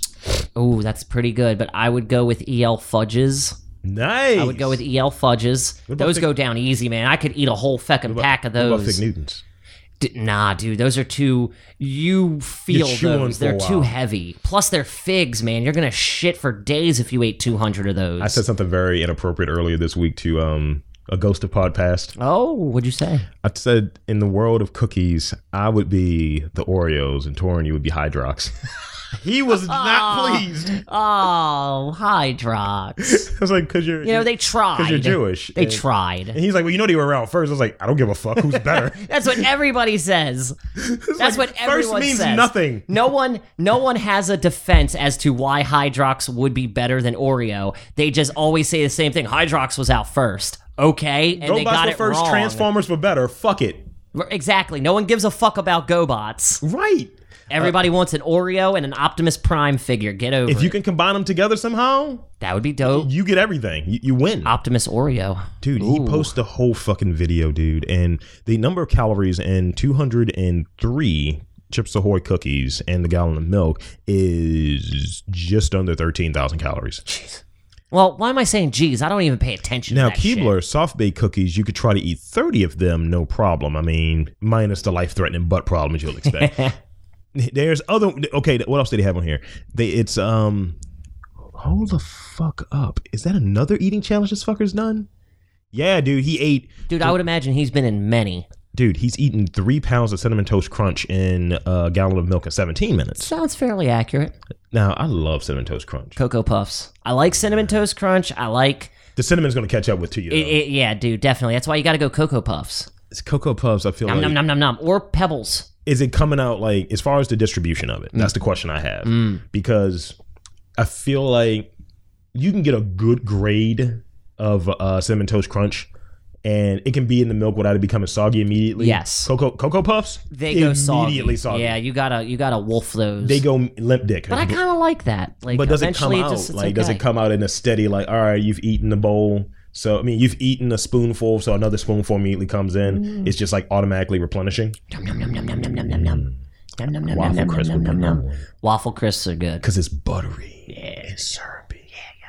Oh, that's pretty good. But I would go with EL fudges.
Nice.
I would go with EL fudges.
about
Those
fig-
go down easy, man. I could eat a whole feckin' pack of
What about Fig
those.
Newtons?
D- nah, dude, those are too. You feel
chew on
those?
for a
They're too
while.
heavy. Plus, they're figs, man. You're gonna shit for days if you ate 200 of those.
I said something very inappropriate earlier this week to um a ghost of pod past.
Oh, what'd you say?
I said in the world of cookies, I would be the Oreos and Torin, you would be Hydrox.
He was not pleased.
Oh, Hydrox.
I was like, because you're,
You know, they tried.
because you're Jewish.
They
And-
tried.
And he's like, well, you know they were around first. I was like, I don't give a fuck who's better.
That's what everybody says. That's what
first
everyone
means
says.
nothing.
No one, no one has a defense as to why Hydrox would be better than Oreo. They just always say the same thing. Hydrox was out first, okay, and they
Robots
got
were
it
first,
wrong.
Transformers were better. Fuck it.
R- exactly. No one gives a fuck about GoBots.
Right.
Everybody wants an Oreo and an Optimus Prime figure. Get over
If
it.
you can combine them together somehow,
that would be dope.
you get everything. You, you win.
Optimus Oreo.
Dude, he
Ooh.
posted a whole fucking video, dude. And the number of calories in 203 Chips Ahoy cookies and the gallon of milk is just under 13,000 calories.
Well, why am I saying geez? I don't even pay attention.
Now,
to that shit.
Keebler soft baked cookies, you could try to eat 30 of them, no problem. I mean, minus the life threatening butt problems you'll expect. There's other okay. What else did they have on here? They it's um, hold the fuck up. Is that another eating challenge this fucker's done? Yeah, dude, he ate.
dude. I would imagine he's been in many.
Dude, he's eaten three pounds of cinnamon toast crunch in a gallon of milk in 17 minutes.
Sounds fairly accurate.
Now, I love cinnamon toast crunch.
Cocoa Puffs. I like cinnamon toast crunch. I like
The cinnamon's gonna catch up with to you.
it,
though.
it- yeah, dude, definitely. That's why you got to go Cocoa Puffs.
it's cocoa puffs. I feel
Nom
like
nom nom nom nom. Or Pebbles.
is it coming out like as far as the distribution of it? That's
Mm.
the question I have because I feel like you can get a good grade of uh, cinnamon toast crunch, and it can be in the milk without it becoming soggy immediately.
Yes.
cocoa cocoa puffs
They go soggy.
immediately soggy.
Yeah, you gotta you gotta wolf those.
they go limp dick.
But I kind of like that. Like,
But does it come
eventually
out
it just, it's
like does
okay.
it come out in a steady like all right you've eaten the bowl so I mean you've eaten a spoonful so another spoonful immediately comes in
Mm.
it's just like automatically replenishing
Nom nom nom nom nom nom nom nom. Nom nom nom nom
Mm. Waffle
nom
crisp
nom
would be
nom nom.
number one.
Waffle crisps are good.
because it's buttery and syrupy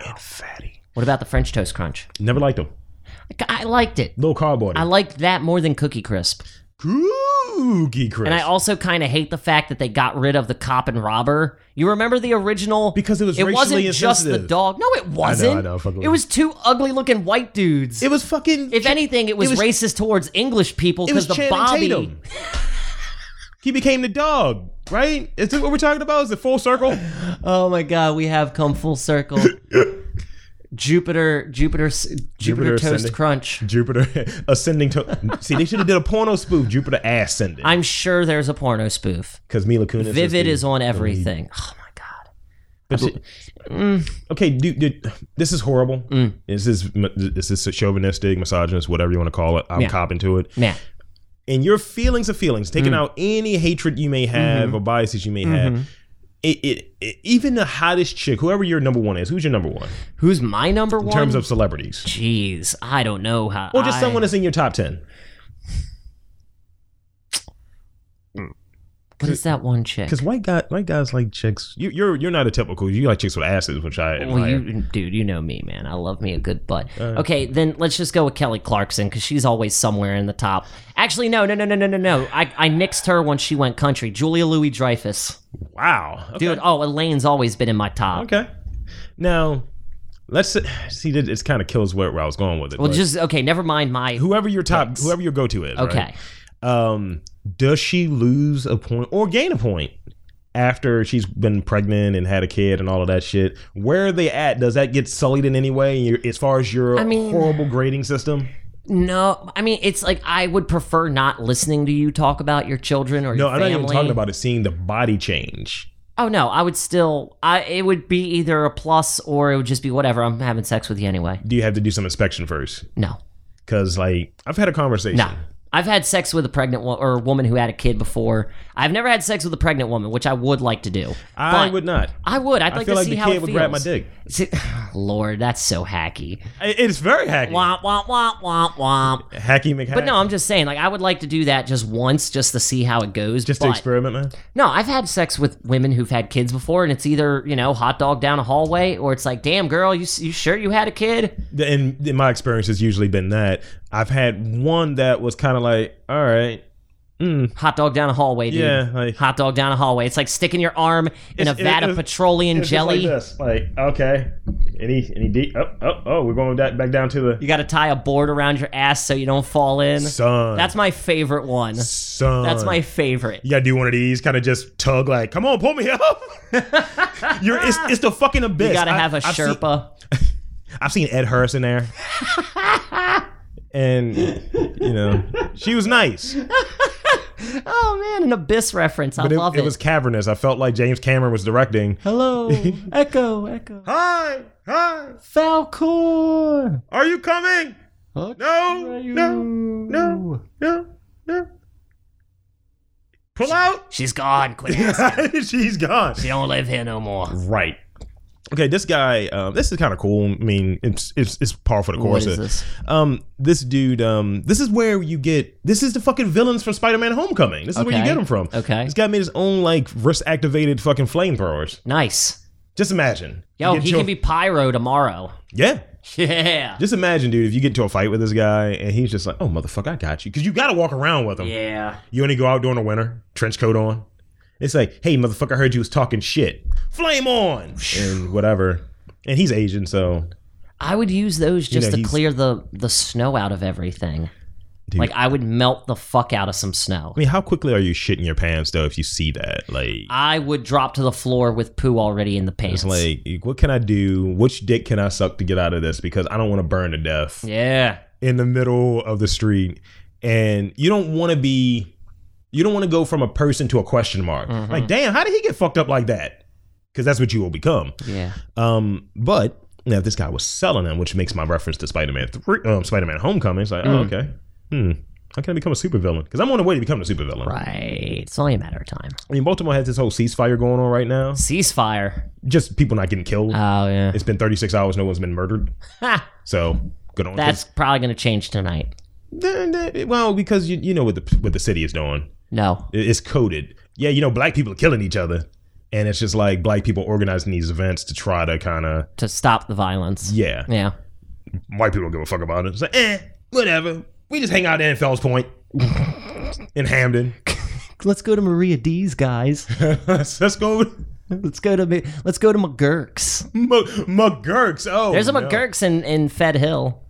and fatty.
What about the French toast crunch?
Never liked them.
I I liked it.
Little cardboard.
I liked that more than Cookie Crisp.
Cookie crisp.
And I also kind of hate the fact that they got rid of the cop and robber. You remember the original?
Because it was
it wasn't
racially
just the
insensitive.
dog. No, it wasn't.
know, I fucking-
it was two ugly looking white dudes.
it was fucking.
if anything, it was, racist towards English people
it was
because the
Channing
Bobby.
Tatum. he became the dog, right? Is this what we're talking about? Is it full circle?
Oh my God, we have come full circle. Jupiter, Jupiter, s- Jupiter,
Jupiter
Toast
ascending.
Crunch.
Jupiter ascending to. See, they should have did a porno spoof. Jupiter ascending.
I'm sure there's a porno spoof.
Because Mila Kunis.
Vivid
the-
is on everything.
Mm.
Oh my God.
But she- okay, dude, dude, this is horrible.
Mm.
This is this is chauvinistic, misogynist, whatever you want to call it. I'm
Yeah.
copping to it.
Man.
and your feelings are feelings,
Mm.
taking out any hatred you may
Mm-hmm.
have or biases you may have. It, it, it even the hottest chick, whoever your number one is, who's your number one
Who's my number
in
one?
terms of celebrities,
Jeez, I don't know how.
or just
I-
someone that's in your top ten?
What is that one chick?
Because white guy, white guys like chicks. You, you're you're not a typical. You like chicks with asses, which I admire.
Well, you, dude, you know me, man. I love me a good butt.
Uh.
okay, then let's just go with Kelly Clarkson because she's always somewhere in the top. Actually, no, no, no, no, no, no, no. I, I nixed her once she went country. Julia Louis Dreyfus,
wow, okay.
dude. Oh, Elaine's always been in my top.
Okay, now let's see. That it kind of kills where, where I was going with it.
Well,
but
just okay. Never mind my.
whoever your top, whoever your go-to is. right?
okay,
um, does she lose a point or gain a point after she's been pregnant and had a kid and all of that shit? Where are they at? Does that get sullied in any way your- as far as your
I mean-
horrible grading system?
no. I mean, it's like I would prefer not listening to you talk about your children or
No,
your
I'm not
family.
even talking about it. Seeing the body change.
Oh no, I would still. I it would be either a plus or it would just be whatever. I'm having sex with you anyway.
Do you have to do some inspection first?
No.
Because like I've had a conversation.
No. I've had sex with a pregnant wo- or a woman who had a kid before. I've never had sex with a pregnant woman, which I would like to do.
I
But
would not.
I would. I'd
I
like
feel
to
like
see
the
how
kid
it
would
feels.
grab my dick.
See- Lord, that's so hacky.
I- It's very hacky.
Womp womp womp womp womp.
Hacky McHacky.
But no, I'm just saying. Like, I would like to do that just once, just to see how it goes.
just to
but,
experiment, man.
no, I've had sex with women who've had kids before, and it's either you know hot dog down a hallway, or it's like, damn girl, you s- you sure you had a kid?
And in my experience has usually been that I've had one that was kind of like, all right,
Hot dog down a hallway, dude.
Yeah, like-
hot dog down a hallway. It's like sticking your arm in a
It's- it-
vat of
it-
petroleum
It's just
jelly.
Like, this, like okay, any any deep. Oh oh oh, we're going da- back down to the
you got to tie a board around your ass so you don't fall in.
sun.
That's my favorite one.
sun.
That's my favorite.
You gotta do one of these, kind of just tug, like, come on, pull me up. You're it's, it's the fucking abyss.
You got to
I-
have a
I've seen-
Sherpa.
I've seen Ed Harris in there. and you know, she was nice,
Oh man, an abyss reference. I
but it,
love
it was cavernous. I felt like James Cameron was directing.
Hello, Echo, Echo,
Hi, hi.
Falcor.
Are you coming?
Huh?
No, no, no, no, no. Pull out.
She's gone, Quinn. she
She's gone.
don't live here no more.
Right. Okay, this guy. Um, this is kind of cool. I mean, it's it's it's par for the
What
course.
is this?
Um, this dude. Um, this is where you get. This is the fucking villains from Spider-Man: Homecoming. This is where you
Okay.
get them from.
Okay.
This guy made his own like wrist-activated fucking flamethrowers.
Nice.
Just imagine.
Yo,
You get
he
your-
can be pyro tomorrow.
Yeah.
Yeah.
Just imagine, dude, if you get into a fight with this guy and he's just like, "Oh, motherfucker, I got you," because you got to walk around with him.
Yeah.
You only go out during the winter, trench coat on. It's like, hey, motherfucker, I heard you was talking shit. Flame on and whatever. And he's Asian, so
I would use those just
know,
to
he's-
clear the the snow out of everything.
Dude.
Like I would melt the fuck out of some snow.
I mean, how quickly are you shitting your pants though if you see that? Like,
I would drop to the floor with poo already in the pants.
it's like, what can I do? Which dick can I suck to get out of this? Because I don't want to burn to death
yeah.
in the middle of the street. And you don't want to be, you don't want to go from a person to a question mark.
Mm-hmm.
Like, damn, how did he get fucked up like that? Because that's what you will become.
Yeah.
Um, but now this guy was selling them, which makes my reference to Spider-Man three, um, Spider-Man Homecoming. It's like,
Mm.
oh, okay, hmm. How can I become a supervillain? Because I'm on the way to becoming a supervillain.
Right. It's only a matter of time.
I mean, Baltimore has this whole ceasefire going on right now.
Ceasefire.
Just people not getting killed.
Oh yeah.
it's been 36 hours. No one's been murdered.
Ha!
So good on
That's probably gonna change tonight.
Th- th- well because you you know what the what the city is doing.
No.
It- It's coded. Yeah, you know, black people are killing each other, and it's just like black people organizing these events to try to kind of
To stop the violence.
yeah.
Yeah.
white people don't give a fuck about it. It's like, eh, whatever. We just hang out at Fells Point in Hamden.
Let's go to Maria D's guys.
Let's go, with
let's go to Ma- let's go to McGurk's.
Mu- McGurk's. Oh,
There's a
no.
McGurk's in, in Fed Hill.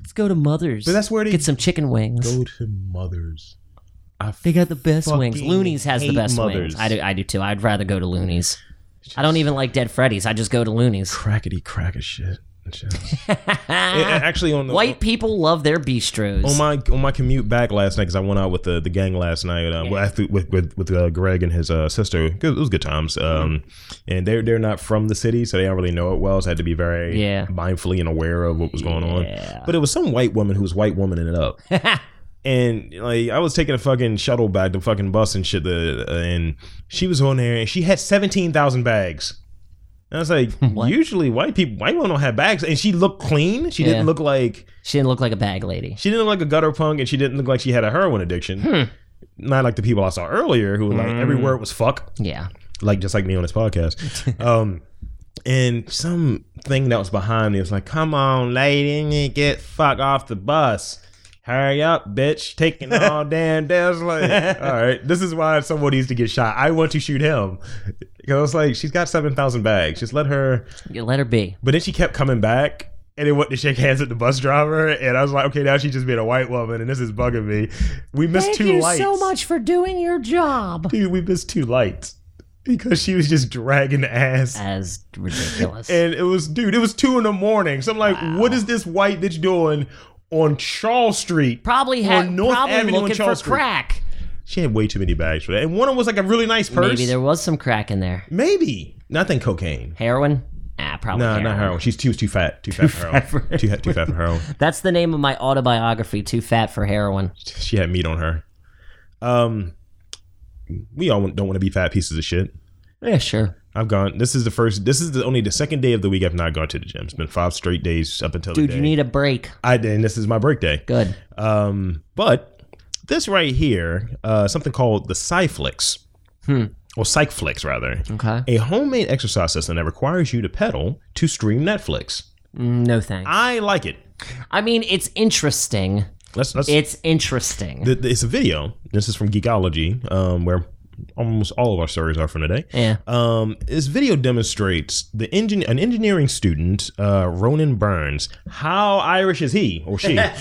Let's go to Mother's.
But that's where they
get some chicken wings.
go to mothers.
They got the best
fucking
wings. Looney's has the
hate
best
Mother's.
wings. I do, I do too. I'd rather go to Looney's. I don't even like Dead Freddy's. I just go to Looney's.
Crackety crack of shit. Shit. Yeah, actually, on the
White people love their bistros.
on Oh my on my commute back last night because I went out with the, the gang last night uh, well, after- with with with uh, Greg and his uh, sister. It was good times. Um, and they're they're not from the city, so they don't really know it well. So I had to be very
Yeah.
mindfully and aware of what was going
Yeah.
on. But it was some white woman who was white woman it up. And like I was taking a fucking shuttle back to fucking bus and shit, the, and she was on there and she had seventeen thousand bags. And I was like, usually white people, white women don't have bags, and she looked clean. She
Yeah.
didn't look like
she didn't look like a bag lady.
she didn't look like a gutter punk, and she didn't look like she had a heroin addiction. Not like the people I saw earlier, who were like every word was fuck,
Yeah.
like just like me on this podcast. um, and some thing that was behind me was like, "Come on, lady, get fuck off the bus." Hurry up, bitch! Taking all damn days. Like, all right, this is why someone needs to get shot. I want to shoot him because it's like she's got seven thousand bags. Just let her.
You let her be.
But then she kept coming back and then went to shake hands with the bus driver. And I was like, okay, now she's just being a white woman and this is bugging me. We missed two lights.
for doing your job.
Dude, we missed two lights because she was just dragging ass.
As ridiculous.
And it was, dude, it was two in the morning. So I'm like, what is this white bitch doing on Charles Street?
probably
on
had
North
probably
Avenue and
looking for
Charles Street.
crack.
She had way too many bags for that. And one of them was like a really nice purse.
Maybe there was some crack in there.
Maybe. Nothing cocaine.
Heroin? Ah, probably.
No,
heroin.
not heroin. She's too, too fat. Too fat for heroin. Too, too fat for heroin.
That's the name of my autobiography, Too Fat for Heroin.
she had meat on her. Um, we all don't want to be fat pieces of shit.
Yeah, sure.
I've gone. This is the first. This is the only the second day of the week I've not gone to the gym. It's been five straight days up until
Dude,
the
you
day.
need a break.
I and this is my break day.
Good.
Um, but this right here, uh, something called the Cyflix, or Cycflix rather,
Hmm. Okay.
a homemade exercise system that requires you to pedal to stream Netflix.
Mm, No thanks.
I like it.
I mean, it's interesting.
Let's, let's,
It's interesting.
th- th- it's a video. This is from Geekology, um, where almost all of our stories are from today.
yeah.
Um, this video demonstrates the engin- an engineering student, uh, Ronan Burns. How Irish is he or she? uh,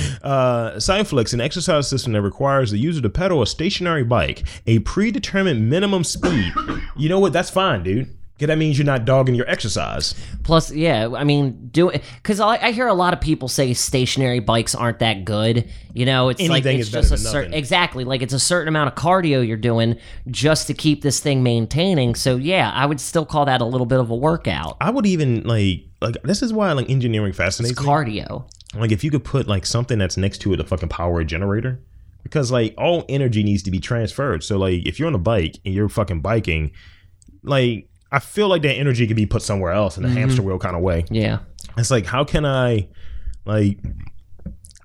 Cyflex, an exercise system that requires the user to pedal a stationary bike, a predetermined minimum speed. you know what? That's fine, dude. 'Cause That means you're not dogging your exercise.
Plus, yeah, I mean, do it because I, I hear a lot of people say stationary bikes aren't that good. You know, it's like
Anything
it's
is better
just a
than
certain
nothing.
exactly like it's a certain amount of cardio you're doing just to keep this thing maintaining. So yeah, I would still call that a little bit of a workout.
I would even like like this is why like engineering fascinates me.
Cardio.
Like if you could put like something that's next to it, a fucking power generator, because like all energy needs to be transferred. So like if you're on a bike and you're fucking biking, like I feel like that energy could be put somewhere else in a hamster wheel kind of way.
Yeah.
It's like how can I, like,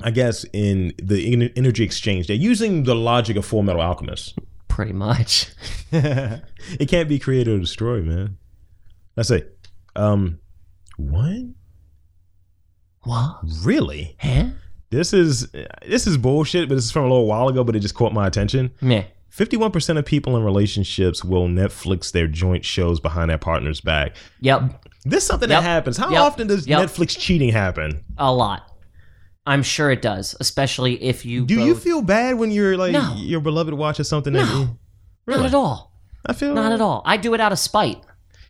I guess in the en- energy exchange, they're using the logic of Full Metal Alchemist.
Pretty much.
it can't be created or destroyed, man. That's it. Um, what
What?
really?
Huh?
This is this is bullshit, but this is from a little while ago, but it just caught my attention.
Meh.
Fifty-one percent of people in relationships will Netflix their joint shows behind their partner's back.
Yep.
This is something
Yep.
that happens. How
Yep.
often does
Yep.
Netflix cheating happen?
A lot. I'm sure it does, especially if you
Do
both,
you feel bad when your like
No.
your beloved watches something? That
No.
you,
not at all.
I feel
Not at all. I do it out of spite.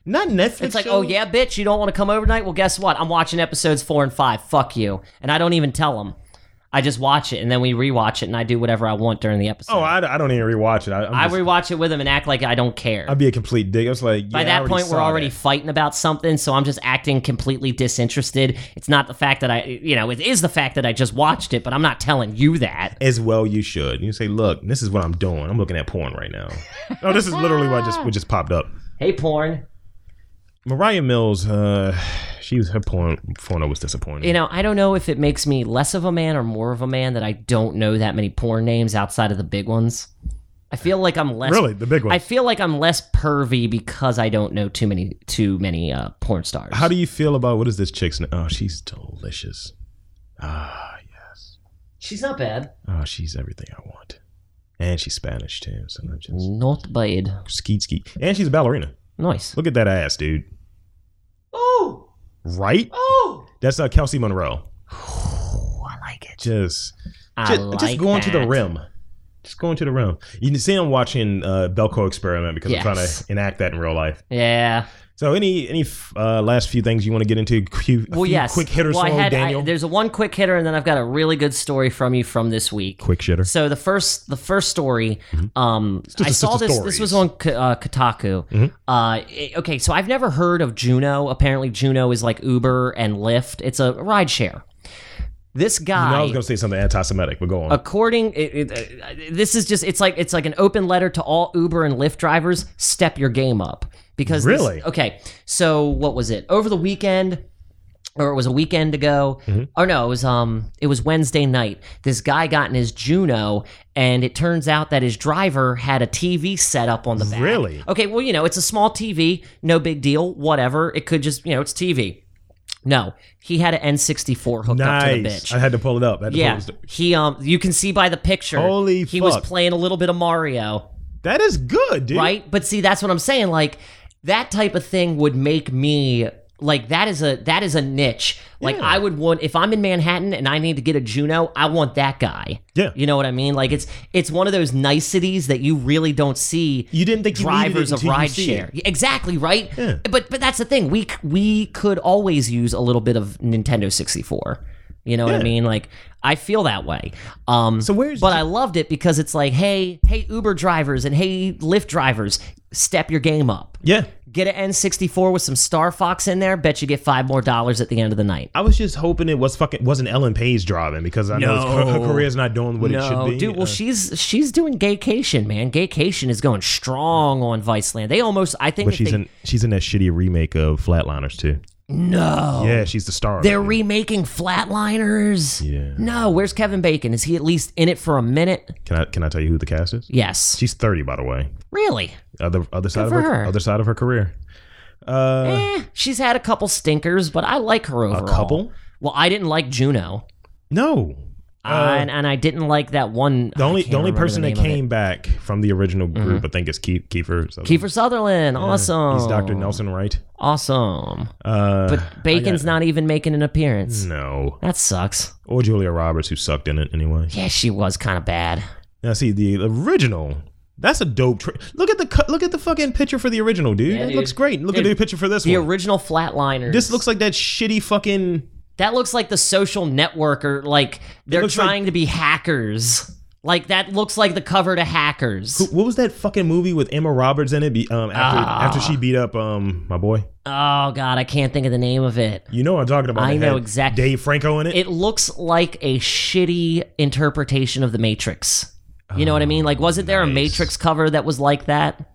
Not Netflix.
It's like, oh
shows?
yeah, bitch, you don't want to come over tonight. Well, guess what? I'm watching episodes four and five. Fuck you. And I don't even tell them. I just watch it and then we rewatch it and I do whatever I want during the episode.
Oh, I, I don't even rewatch it. I, I'm
I
just,
rewatch it with them and act like I don't care.
I'd be a complete dick. I was like,
By
yeah, I
that
already
point, we're
saw
already
that.
fighting about something, so I'm just acting completely disinterested. It's not the fact that I, you know, it is the fact that I just watched it, but I'm not telling you that.
as well. You should. You say, look, this is what I'm doing. I'm looking at porn right now. no, this is literally what just what just popped up.
Hey, porn.
Mariah Mills, uh, she was her porn porno was disappointing.
You know, I don't know if it makes me less of a man or more of a man that I don't know that many porn names outside of the big ones. I feel like I'm less
really, the big one.
I feel like I'm less pervy because I don't know too many too many uh, porn stars.
How do you feel about what is this chick's name? Oh, she's delicious. Ah,
She's not bad.
oh, she's everything I want, and she's Spanish too. So I'm just
Not bad.
skeet skeet, and she's a ballerina.
Nice.
Look at that ass, dude.
Oh,
Right?
oh.
That's uh, Kelsey Monroe.
I like it.
Just,
I
just,
like
just going to the
that.
rim. Just going to the rim. You can see I'm watching uh, Belko Experiment because I'm trying
Yes.
to enact that in real life.
Yeah.
So any any uh, last few things you want to get into? Q, a
Well,
few
yes.
Quick hitters,
well, I
from old
had, I-
Daniel.
there's a one quick hitter, and then I've got a really good story from you from this week.
quick shitter.
So the first the first story, um,
Mm-hmm. just
I
a-
saw
just a
this.
stories. Mm-hmm.
This was on K- uh, Kotaku. Uh, it- okay, so I've never heard of Juno. Apparently, Juno is like Uber and Lyft. It's a rideshare. This
You know, I
guy,
was going to say something anti-Semitic, but go on.
according, it, it, uh, this is just it's like it's like an open letter to all Uber and Lyft drivers. Step your game up because this-
Really?
okay. So what was it over the weekend? or it was a weekend ago
Mm-hmm.
or no it was um it was wednesday night this guy got in his juno and it turns out that his driver had a tv set up on the back
Really?
okay well you know it's a small tv no big deal whatever it could just you know it's tv no he had an n64 hooked up to the
nice.
bitch
I had to pull it up. I had to
yeah
pull it-
he um you can see by the picture
Holy
he was
fuck.
playing a little bit of mario
That is good, dude.
right but see that's what i'm saying like that type of thing would make me like that is a that is a niche like
Yeah.
i would want if i'm in manhattan and i need to get a juno i want that guy
Yeah.
you know what i mean like it's it's one of those niceties that you really don't see
You didn't think you needed
drivers
it
of
until you
ride
see it.
share exactly right
Yeah.
but but that's the thing we c- we could always use a little bit of nintendo 64 you know what i
Yeah.
mean like i feel that way um
So where's
but I loved it because it's like, hey, hey, Uber drivers and hey, Lyft drivers, step your game up.
Yeah.
Get an N64 with some Star Fox in there. Bet you get five more dollars at the end of the night.
I was just hoping it was fucking wasn't Ellen Page driving because I know it's- her, her career's not doing what it should
No,
be.
dude. Well,
Uh,
she's she's doing Gaycation, man. Gaycation is going strong on Viceland. They almost, I think,
but
if
she's
they,
in she's in that shitty remake of Flatliners too.
no.
Yeah, she's the star. of
Oh. They're
it.
remaking Flatliners.
Yeah.
No, where's Kevin Bacon? Is he at least in it for a minute?
can I can I tell you who the cast is?
Yes.
She's thirty, by the way.
Really?
Other other side of
for
her,
her.
other side of her career. Uh,
Eh, she's had a couple stinkers, but I like her overall.
couple? Oh.
Well, I didn't like Juno.
No, Uh,
and, and I didn't like that one.
The
I
only
can't
the only
remember
person
the
that
name of it. Mm-hmm.
came back from the original group, I think, is Keith Kiefer. Sutherland.
Kiefer Sutherland, awesome.
He's Doctor Nelson Wright.
Awesome.
Uh,
But Bacon's not even making an appearance.
Mm. no,
That sucks.
or Julia Roberts, who sucked in it anyway.
Yeah, she was kind of bad.
Now see the original. That's a dope. Tra- look at the cu- look at the fucking picture for the original, dude.
Yeah,
that
dude.
looks great. Look
Dude,
at the picture for this
The
one.
original Flatliners.
this looks like that shitty fucking.
that looks like the social network or like they're
looks like-
trying to be hackers. Like that looks like the cover to hackers.
What was that fucking movie with Emma Roberts in it? Be, um, after
Ah.
after she beat up um my boy.
oh god, I can't think of the name of it.
You know what I'm talking about.
I
It
know
had
exact-
Dave Franco in it.
It looks like a shitty interpretation of the Matrix. You know what I mean? Like wasn't
Oh,
there a Matrix cover that was like that?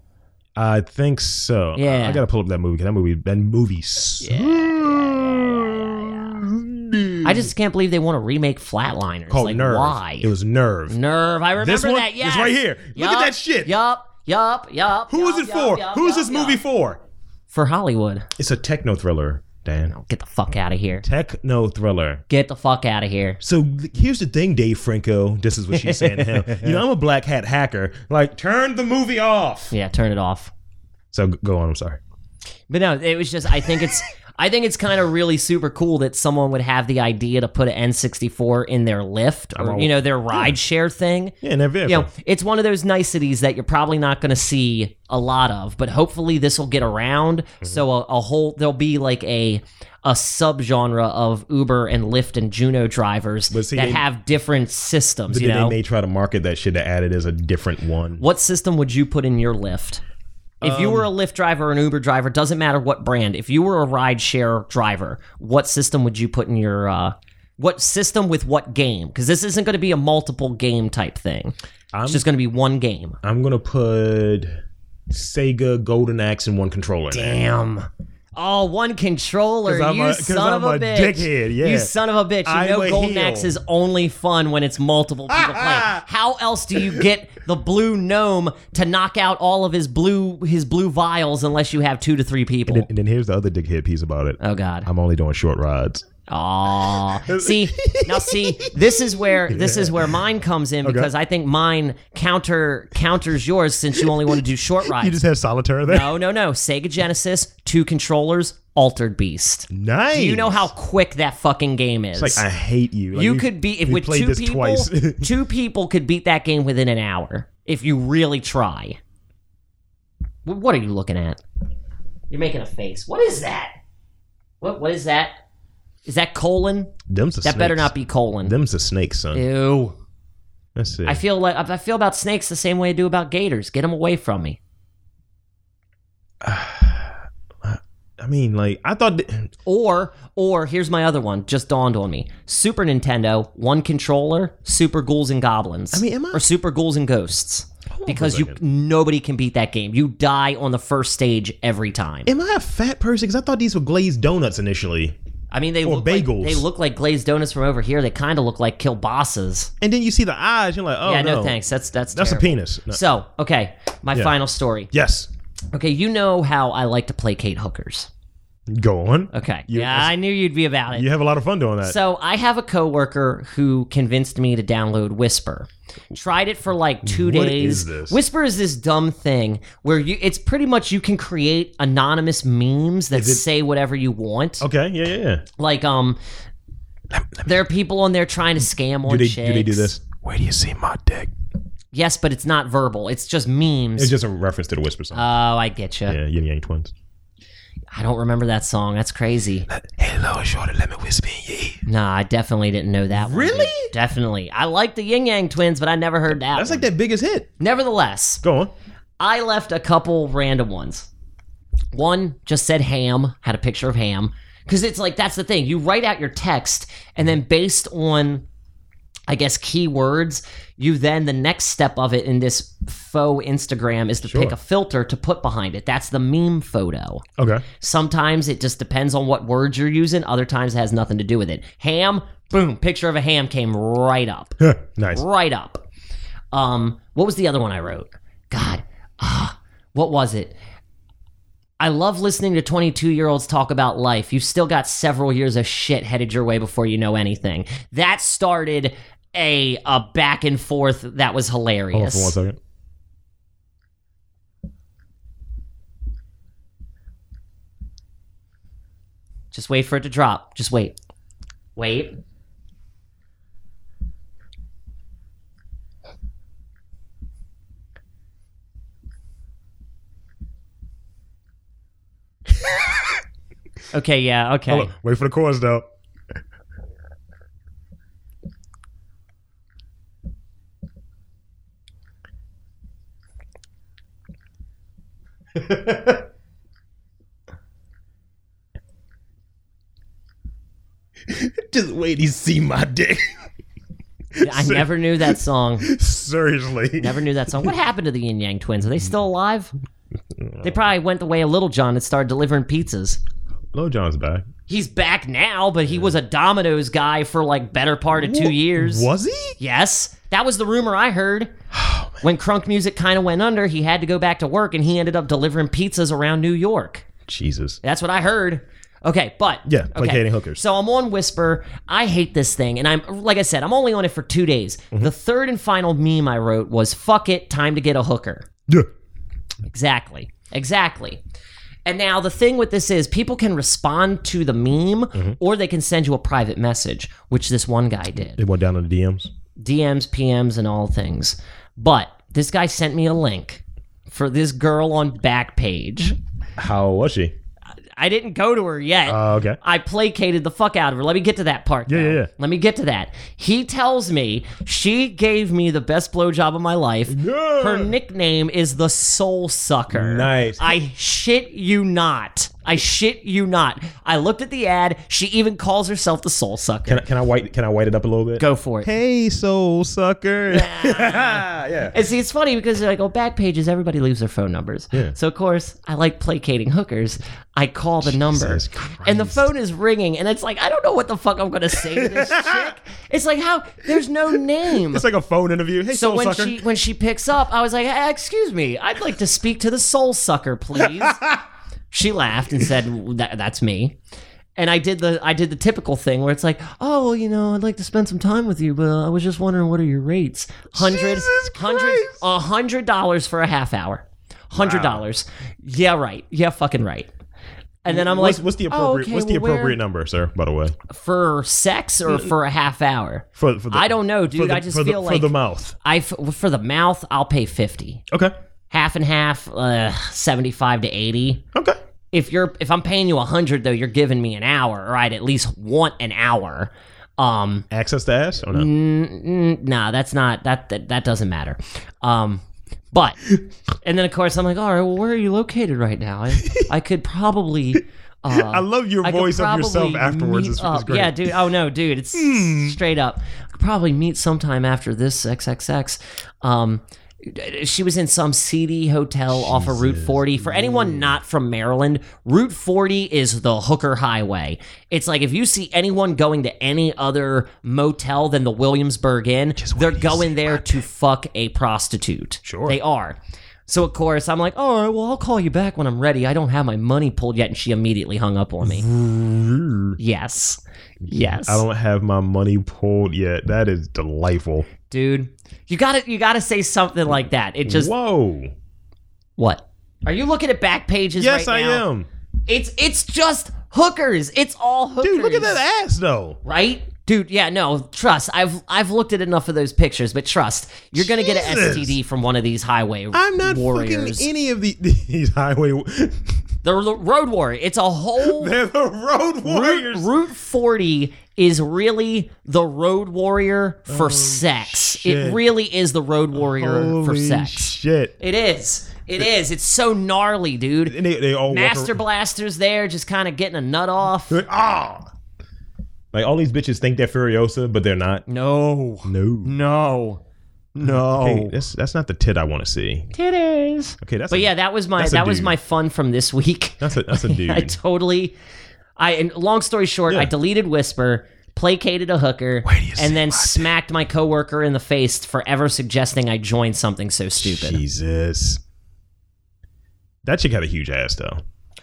I think so.
Yeah.
I, I gotta pull up that movie because that movie that movie. Yeah.
I just can't believe they want to remake Flatliners.
Hmm. Called
like
Nerve.
why?
Oh, It was Nerve.
Nerve. I remember
This one
that. Yes.
is right here. Look at that shit.
Yup. Yup. Yup.
Who is it
yup, yup,
for?
yup,
Who is
yup,
this movie
yup.
for?
For Hollywood.
It's a techno thriller, Dan.
Get the fuck out of here.
Techno thriller.
Get the fuck out of here.
So th- here's the thing, Dave Franco. This is what she's saying to him. You know, I'm a black hat hacker. Like, turn the movie off.
Yeah, turn it off.
So g- go on. I'm sorry.
But no, it was just I think it's I think it's kind of really super cool that someone would have the idea to put an N64 in their Lyft or you know their ride share thing.
Oh. Yeah, never.
You know, it's one of those niceties that you're probably not going to see a lot of, but hopefully this will get around.
Mm-hmm.
So a, a whole there'll be like a a subgenre of Uber and Lyft and Juno drivers
But see,
that
they-
have different systems.
But
You
then
know,
they may try to market that shit to add it as a different one.
what system would you put in your Lyft? If you
Um,
were a Lyft driver or an Uber driver, doesn't matter what brand. If you were a rideshare driver, what system would you put in your uh, what system with what game? Because this isn't going to be a multiple game type thing.
I'm-
it's just going to be one game.
I'm gonna put Sega Golden Axe and one controller. in there.
Damn. Oh, one controller.
'Cause I'm
you
a- 'cause
son of
I'm
a,
a
bitch.
dickhead, yeah.
You son of a bitch. You
I'm
know
a
Golden
heel.
Axe is only fun when it's multiple people playing. How else do you get the blue gnome to knock out all of his blue his blue vials unless you have two to three people?
And, and then here's the other dickhead piece about it.
oh God.
I'm only doing short rides.
Oh, see now, see this is where this is where mine comes in because I think mine counter counters yours since you only want to do short rides.
You just have solitaire there.
no, no, no. Sega Genesis, two controllers, Altered Beast.
Nice.
Do you know how quick that fucking game is?
Like I hate you. Like,
you could be if
you
with
played
two
this
people,
twice.
two people could beat that game within an hour if you really try. Wh- What are you looking at? You're making a face. What is that? What what is that? Is that colon?
Them's the
That better
snakes.
not be colon.
Them's the snakes, son.
Ew.
That's it.
I feel like I feel about snakes the same way I do about gators. Get them away from me.
I mean, like I thought. th-
Or, or here's my other one. Just dawned on me. Super Nintendo, one controller, Super Ghouls and Goblins. I
mean, am I-
Or Super Ghouls and Ghosts. Because you nobody can beat that game. You die on the first stage every time.
Am I a fat person? Because I thought these were glazed donuts initially.
I mean, they
Or
look
bagels.
Like, they look like glazed donuts from over here. They kind of look like kielbasa's.
And then you see the eyes, you're like, oh
yeah,
no,
no. thanks. That's that's
That's
terrible.
a penis. No.
So, okay, my final story.
Yes.
Okay, you know how I like to placate hookers.
Go on.
Okay,
You-
yeah, I knew you'd be about it.
You have a lot of fun doing that.
So I have a coworker who convinced me to download Whisper. Tried it for like two
What
days.
is this?
Whisper is this dumb thing where you it's pretty much you can create anonymous memes that say whatever you want.
okay. Yeah. Yeah. Yeah.
Like um there are people on there trying to scam on
Do they
chicks.
do they do this?
Yes, but it's not verbal. It's just memes.
It's just a reference to the whisper song.
oh, I get you.
yeah. Yin Yang Twins.
I don't remember that song. That's crazy.
Hello, shorty, let me whisper in your ear.
Nah, I definitely didn't know that. Really? Definitely. I like the Yin Yang Twins, but I never heard that.
That's
one.
like their biggest hit.
Nevertheless,
Go on.
I left a couple random ones. One just said ham, had a picture of ham. Because it's like, that's the thing. You write out your text, and then based on, I guess, keywords, you then, the next step of it in this faux Instagram is to pick a filter to put behind it. That's the meme photo.
Okay.
Sometimes it just depends on what words you're using, other times it has nothing to do with it. Ham, boom, picture of a ham came right up
nice.
right up. Um, what was the other one I wrote? God, ah, what was it? I love listening to 22 year olds talk about life. You've still got several years of shit headed your way before you know anything. That started a a back and forth that was
Hold on
hilarious.
for one second.
Just wait for it to drop. Just wait. Wait. okay, yeah, okay.
Hold on. Wait for the chorus though. Just wait, you see my dick.
I never knew that song.
Seriously.
Never knew that song. What happened to the Yin Yang twins? Are they still alive? They probably went the way of Little John and started delivering pizzas.
Lil John's back.
He's back now, but he was a Domino's guy for like better part of two years.
Was he?
Yes, that was the rumor I heard.
Oh,
when Crunk Music kind of went under, he had to go back to work, and he ended up delivering pizzas around New York.
Jesus.
That's what I heard. Okay, but
Yeah,
okay.
placating hookers.
So I'm on Whisper. I hate this thing, and I'm like I said, I'm only on it for two days.
Mm-hmm.
The third and final meme I wrote was "Fuck it, time to get a hooker."
Yeah.
Exactly. Exactly. And now the thing with this is people can respond to the meme
Mm-hmm.
or they can send you a private message, which this one guy did.
They went down to the DMs.
DMs, PMs, and all things. But this guy sent me a link for this girl on Backpage.
How was she?
I didn't go to her yet.
Uh, okay.
I placated the fuck out of her. Let me get to that part.
Yeah,
now.
yeah, yeah.
Let me get to that. He tells me she gave me the best blowjob of my life. Her nickname is the Soul Sucker.
Nice.
I shit you not. I shit you not. I looked at the ad. She even calls herself the Soul Sucker.
Can I, can I white can I white it up a little bit?
go for it.
Hey, soul sucker. yeah.
And see, it's funny because like, oh, back pages, everybody leaves their phone numbers.
Yeah.
So of course, I like placating hookers. I call the number, and the
Christ.
phone is ringing, and it's like I don't know what the fuck I'm gonna say to this chick. It's like how there's no name.
It's like a phone interview. Hey,
so
soul
when
sucker.
she when she picks up, I was like, "Eh, "Excuse me, I'd like to speak to the soul sucker, please." she laughed and said, that, "That's me." And I did the I did the typical thing where it's like, "Oh, well, you know, I'd like to spend some time with you, but I was just wondering what are your rates? Hundred, hundred, a hundred dollars for a half hour, hundred dollars. Yeah, right. Yeah, fucking right." And then I'm
what's,
like,
what's the
"Oh,
appropriate
okay,
what's the
well, where-
appropriate number, sir? By the way,
for sex or for a half hour?"
for, for the,
I don't know, dude.
for the-
I just
for the-
feel
for
like
the mouth.
I f- for the mouth, I'll pay fifty,
Okay.
half and half, uh, seventy-five to eighty.
Okay.
If you're if I'm paying you a hundred though, you're giving me an hour, or I'd at least want an hour. Um,
Access to ass? Oh no.
mm, mm, nah, that's not that, that that doesn't matter. Um, but and then of course I'm like, all right, well, where are you located right now? I, I could probably. Uh,
I love your
I could
voice of yourself
probably
afterwards.
meet
It's,
up-
it's great. Hmm.
Yeah, dude. Oh no, dude. It's straight up. I could probably meet sometime after this XXX. Um, she was in some seedy hotel off of Route 40. For anyone not from Maryland, Route 40 is the hooker highway. It's like if you see anyone going to any other motel than the Williamsburg Inn, they're going there to fuck a prostitute. Sure. They are. So of course I'm like, all right, well I'll call you back when I'm ready. I don't have my money pulled yet, and she immediately hung up on me. Yes. Yes.
I don't have my money pulled yet. That is delightful.
Dude, you got to you got to say something like that. It just
Whoa.
what? Are you looking at back pages
Yes,
right
I
now?
am.
It's it's just hookers. It's all hookers.
Dude, look at that ass though.
Right? Dude, yeah, no, trust. I've I've looked at enough of those pictures, but trust, you're going to get an
Jesus.
STD from one of these highway
I'm not
warriors.
fucking any of the, these highway.
They're the road warrior. It's a whole
They're the road warriors.
Route 40 is really the road warrior for sex.
Oh,
It
shit.
really is the road warrior for
Holy
sex.
shit.
It is. It is. It's so gnarly, dude.
And they, they all walk
Master
ar-
Blaster's there, just kind of getting a nut off.
They're like, ah. Like all these bitches think they're Furiosa, but they're not.
No.
No.
No. No.
Hey, uh, that's that's not the tit I want to see.
Titties.
Okay, that's
But
a,
yeah, that was my
That's a
that was
dude.
my fun from this week.
that's a that's a dude.
I totally. I and long story short, I
Yeah.
deleted Whisper, placated a hooker, and then smacked my coworker in the face for ever suggesting I join something so stupid.
Jesus. That chick had a huge ass though.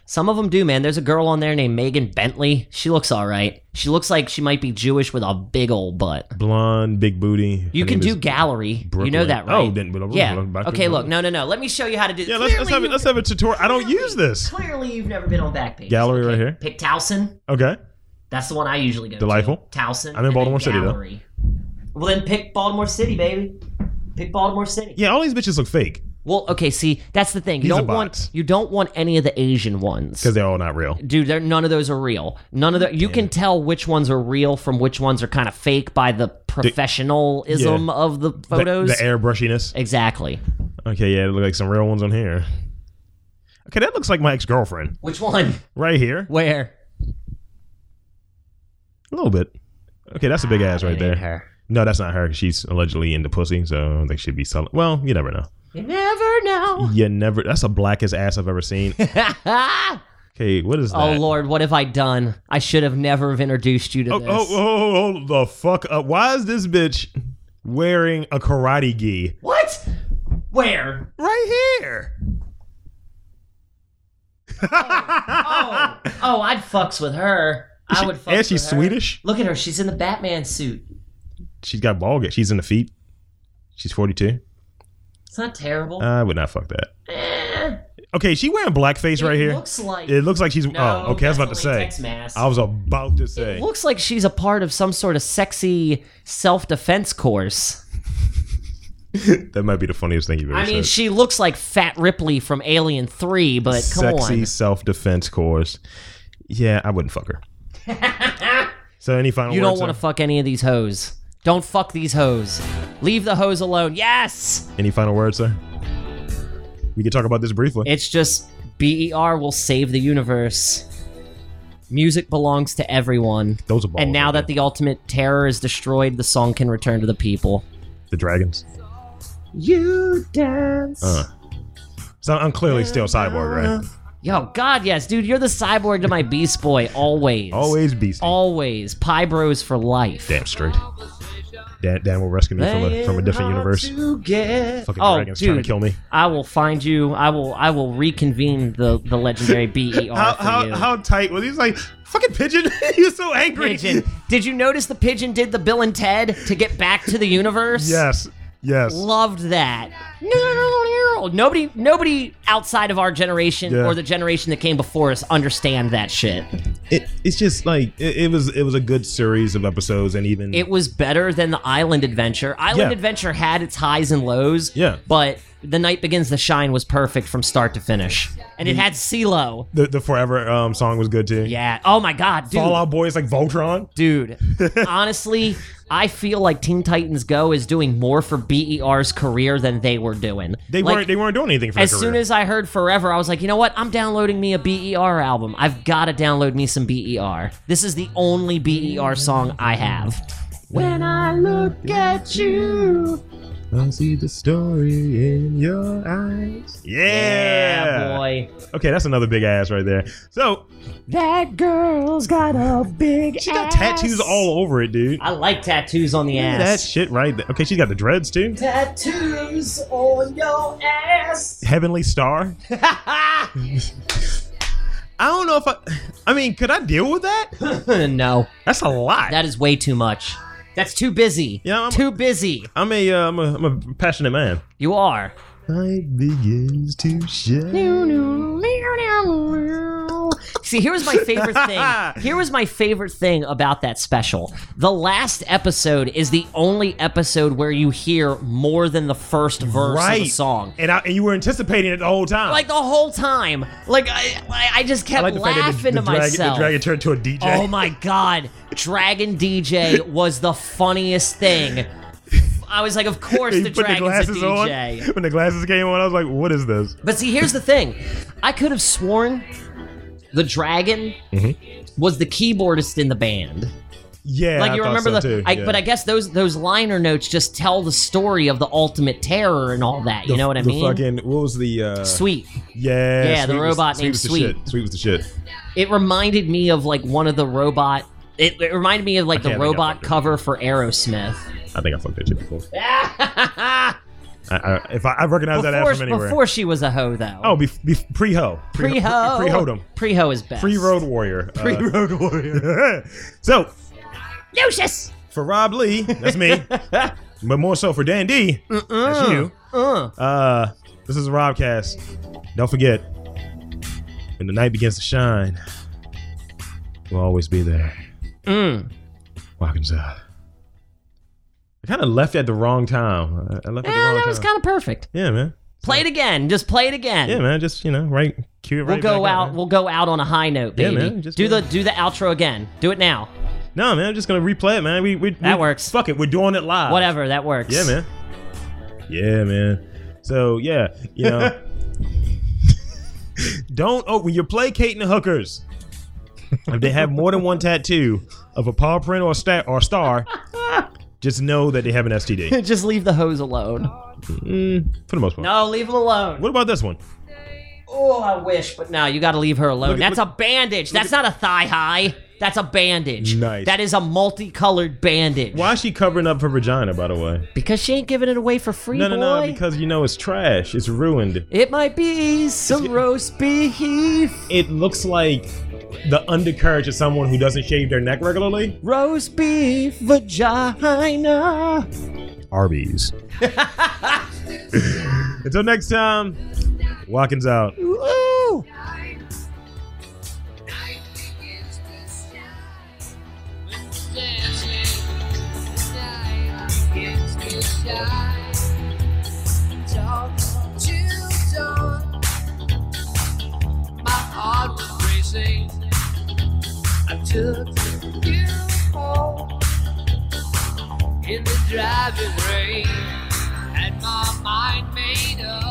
Some of them do, man. There's a girl on there named Megan Bentley. She looks all right. She looks like she might be Jewish with a big old butt.
Blonde, big booty.
You
Her
can
name
do
is
gallery. You know
Brooklyn.
that, right?
Oh, then- blah, blah,
yeah.
blah, blah, blah,
okay,
blah.
look. No, no, no. Let me show you how to do.
Yeah, let's, let's,
Clearly
have,
you-
let's have a tutorial. I don't use this.
Clearly, you've never been on Backpage.
Gallery right here.
Pictowson.
Okay.
That's the one I usually go
Delightful.
to. Towson.
I'm in Baltimore City, though.
though. Well, then pick Baltimore City, baby. Pick Baltimore City.
Yeah, all these bitches look fake
Well, okay. See, that's the thing. You
These are
don't want
bots.
you don't want any of the Asian ones.
because they're all not real.
Dude, they're, none of those are real. None of the you can tell which ones are real from which ones are kind of fake by the professionalism
yeah.
of the
The,
photos.
the airbrushiness.
exactly.
Okay, yeah, it look like some real ones on here. Okay, that looks like my ex girlfriend
Which one?
right here.
Where?
A little bit. Okay, that's a big ass right
That ain't
there.
Her.
No, that's not her. She's allegedly into pussy, so I don't think she'd be selling. Well, you never know.
You never know.
You never. That's the blackest ass I've ever seen. Okay, what is that?
oh Lord, what have I done? I should have never have introduced you to
Oh,
this.
oh, oh, oh, the fuck up. Why is this bitch wearing a karate gi?
What? Where?
Right here.
Oh, oh, I'd fucks with her. I would. Fucks
and she's
with her.
Swedish.
Look at her. She's in the Batman suit.
She's got ball. ga- She's in the feet. She's 42.
It's not terrible.
I would not fuck that.
Eh,
Okay, she wearing blackface
it
right here.
Looks like.
it looks like she's.
No,
oh, okay. I was about to
that's a
say.
latex mask.
I was about to say.
It looks like she's a part of some sort of sexy self-defense course.
that might be the funniest thing you've ever
I
said.
mean, she looks like Fat Ripley from Alien Three, but come
Sexy
on.
self defense course. Yeah, I wouldn't fuck her. so any final
You
words?
don't want to fuck any of these hoes. Don't fuck these hoes. Leave the hoes alone. Yes!
sir? Any final words, sir? We can talk about this briefly.
It's just BER will save the universe. Music belongs to everyone.
Those are balls
And now
right
that the ultimate terror is destroyed, the song can return to the people.
there. the dragons.
You dance.
Uh. So I'm clearly still cyborg, right?
Yo, God, yes, dude, you're the cyborg to my Beast Boy always.
Always beast.
Always. Pie Bros for life.
Damn straight. Dan, Dan will rescue me from a from a different universe. Fucking
Oh,
dragons trying to
dude.
kill me.
I will find you. I will. I will reconvene the the legendary BER for you.
tight was he? Like fucking pigeon. he was so angry.
pigeon. Did you notice the pigeon did the Bill and Ted to get back to the universe?
Yes. Yes.
Loved that. No, no, no, no, no. Nobody, nobody outside of our generation
Yeah.
or the generation that came before us understand that shit.
It, it's just like it, it was. It was a good series of episodes, and even
It was better than the Island Adventure. Island
Yeah.
Adventure had its highs and lows.
Yeah.
But The Night Begins to Shine was perfect from start to finish, and it had CeeLo.
the, the Forever um, song was good too.
Yeah. Oh my God, dude.
Fall Out Boy is like Voltron.
Dude, honestly, I feel like Teen Titans Go is doing more for BER's career than they were doing.
They
Like,
weren't. They weren't doing anything for
as
their
soon
career.
as I heard Forever, I was like, you know what? I'm downloading me a BER album. I've got to download me some BER. This is the only BER song I have. When I look at you.
I see the story in your eyes. Yeah.
Yeah, boy.
Okay, that's another big ass right there. So
That girl's got a big
she got tattoos all over it, dude.
I like tattoos on the
Look at that
ass.
shit right there. Okay, she's got the dreads too.
Tattoos on your ass.
Heavenly Star. I don't know if I. I mean, could I deal with that?
no.
That's a lot.
That is way too much. That's too busy.
Yeah, I'm-
too busy.
I'm a, uh, I'm a, I'm a passionate man.
You are.
Night begins to shine.
See, here was my favorite thing. Here was my favorite thing about that special. The last episode is the only episode where you hear more than the first verse of
Right.
the song.
And, I, and you were anticipating it the whole time.
Like the whole time. Like I, I- I just kept
I like the fact that
laughing
the,
to
the dragon,
myself.
The dragon turned to a DJ.
Oh my god, Dragon DJ was the funniest thing. I was like, of course
He
the
put the
dragon's
glasses
a DJ.
on. When the glasses came on, I was like, "What is this?"
But see, here's the thing. I could have sworn the dragon was the keyboardist in the band.
Yeah,
Like
I
you
thought
remember
so
the
too.
I,
yeah.
but I guess those those liner notes just tell the story of the ultimate terror and all that. You know what I
the
mean?
fucking what was the uh,
Sweet.
Yeah,
Yeah, the
Sweet was-
robot
Sweet
named
was the
Sweet.
shit. Sweet was the shit.
It reminded me of like one of the robot it, it reminded me of like
Okay, I
the
think I
robot
fucked it.
cover for Aerosmith.
I think I fucked that shit before. I, I, if I, I recognize that ad
Before,
from anywhere.
before she was a hoe, though.
oh, be, be, pre-ho,
pre-ho.
pre-hodom,
Pre-ho is best.
pre-road warrior, Uh,
Pre-road warrior.
so
Lucius.
for Rob Lee, that's me, but more so for Dan D, that's you.
Uh.
Uh, this is Robcast. Don't forget, when the night begins to shine, we'll always be there.
Mm.
Watkins out. I kind of left at the wrong time. I- I left at the
Yeah,
wrong
Eh, that
time.
was kind of perfect.
yeah, man.
Play it again. Just play it again.
Yeah, man. Just you know, right. Cue it
We'll
right
go
back
out.
up, man.
We'll go out on a high note,
Yeah,
baby.
man, just
do
go-
the do the outro again. Do it now.
No, man. I'm just gonna replay it, man. We, we
That
we-
works.
Fuck it. We're doing it live.
Whatever. That works.
Yeah, man. Yeah, man. So yeah, you know. Don't oh when you're placating hookers. If they have more than one tattoo of a paw print or a, sta- or a star, just know that they have an STD.
Just leave the hose alone.
For the most part.
No, leave him alone.
What about this one?
Oh, I wish, but no, you got to leave her alone.
Look at-
That's a bandage. That's not a thigh high. That's a bandage.
Nice.
That is a multicolored bandage.
Why is she covering up her vagina, by the way?
Because she ain't giving it away for free,
No,
boy.
no, no, because you know it's trash. It's ruined.
it might be some roast beef,
It looks like the undercarriage of someone who doesn't shave their neck regularly.
roast beef vagina.
Arby's. Until next time, Watkins out.
Ooh.
Night begins to shine. When the dancing night begins to shine. Dawn to dawn. My heart was racing. I took you home in the driving rain. Had my mind made up.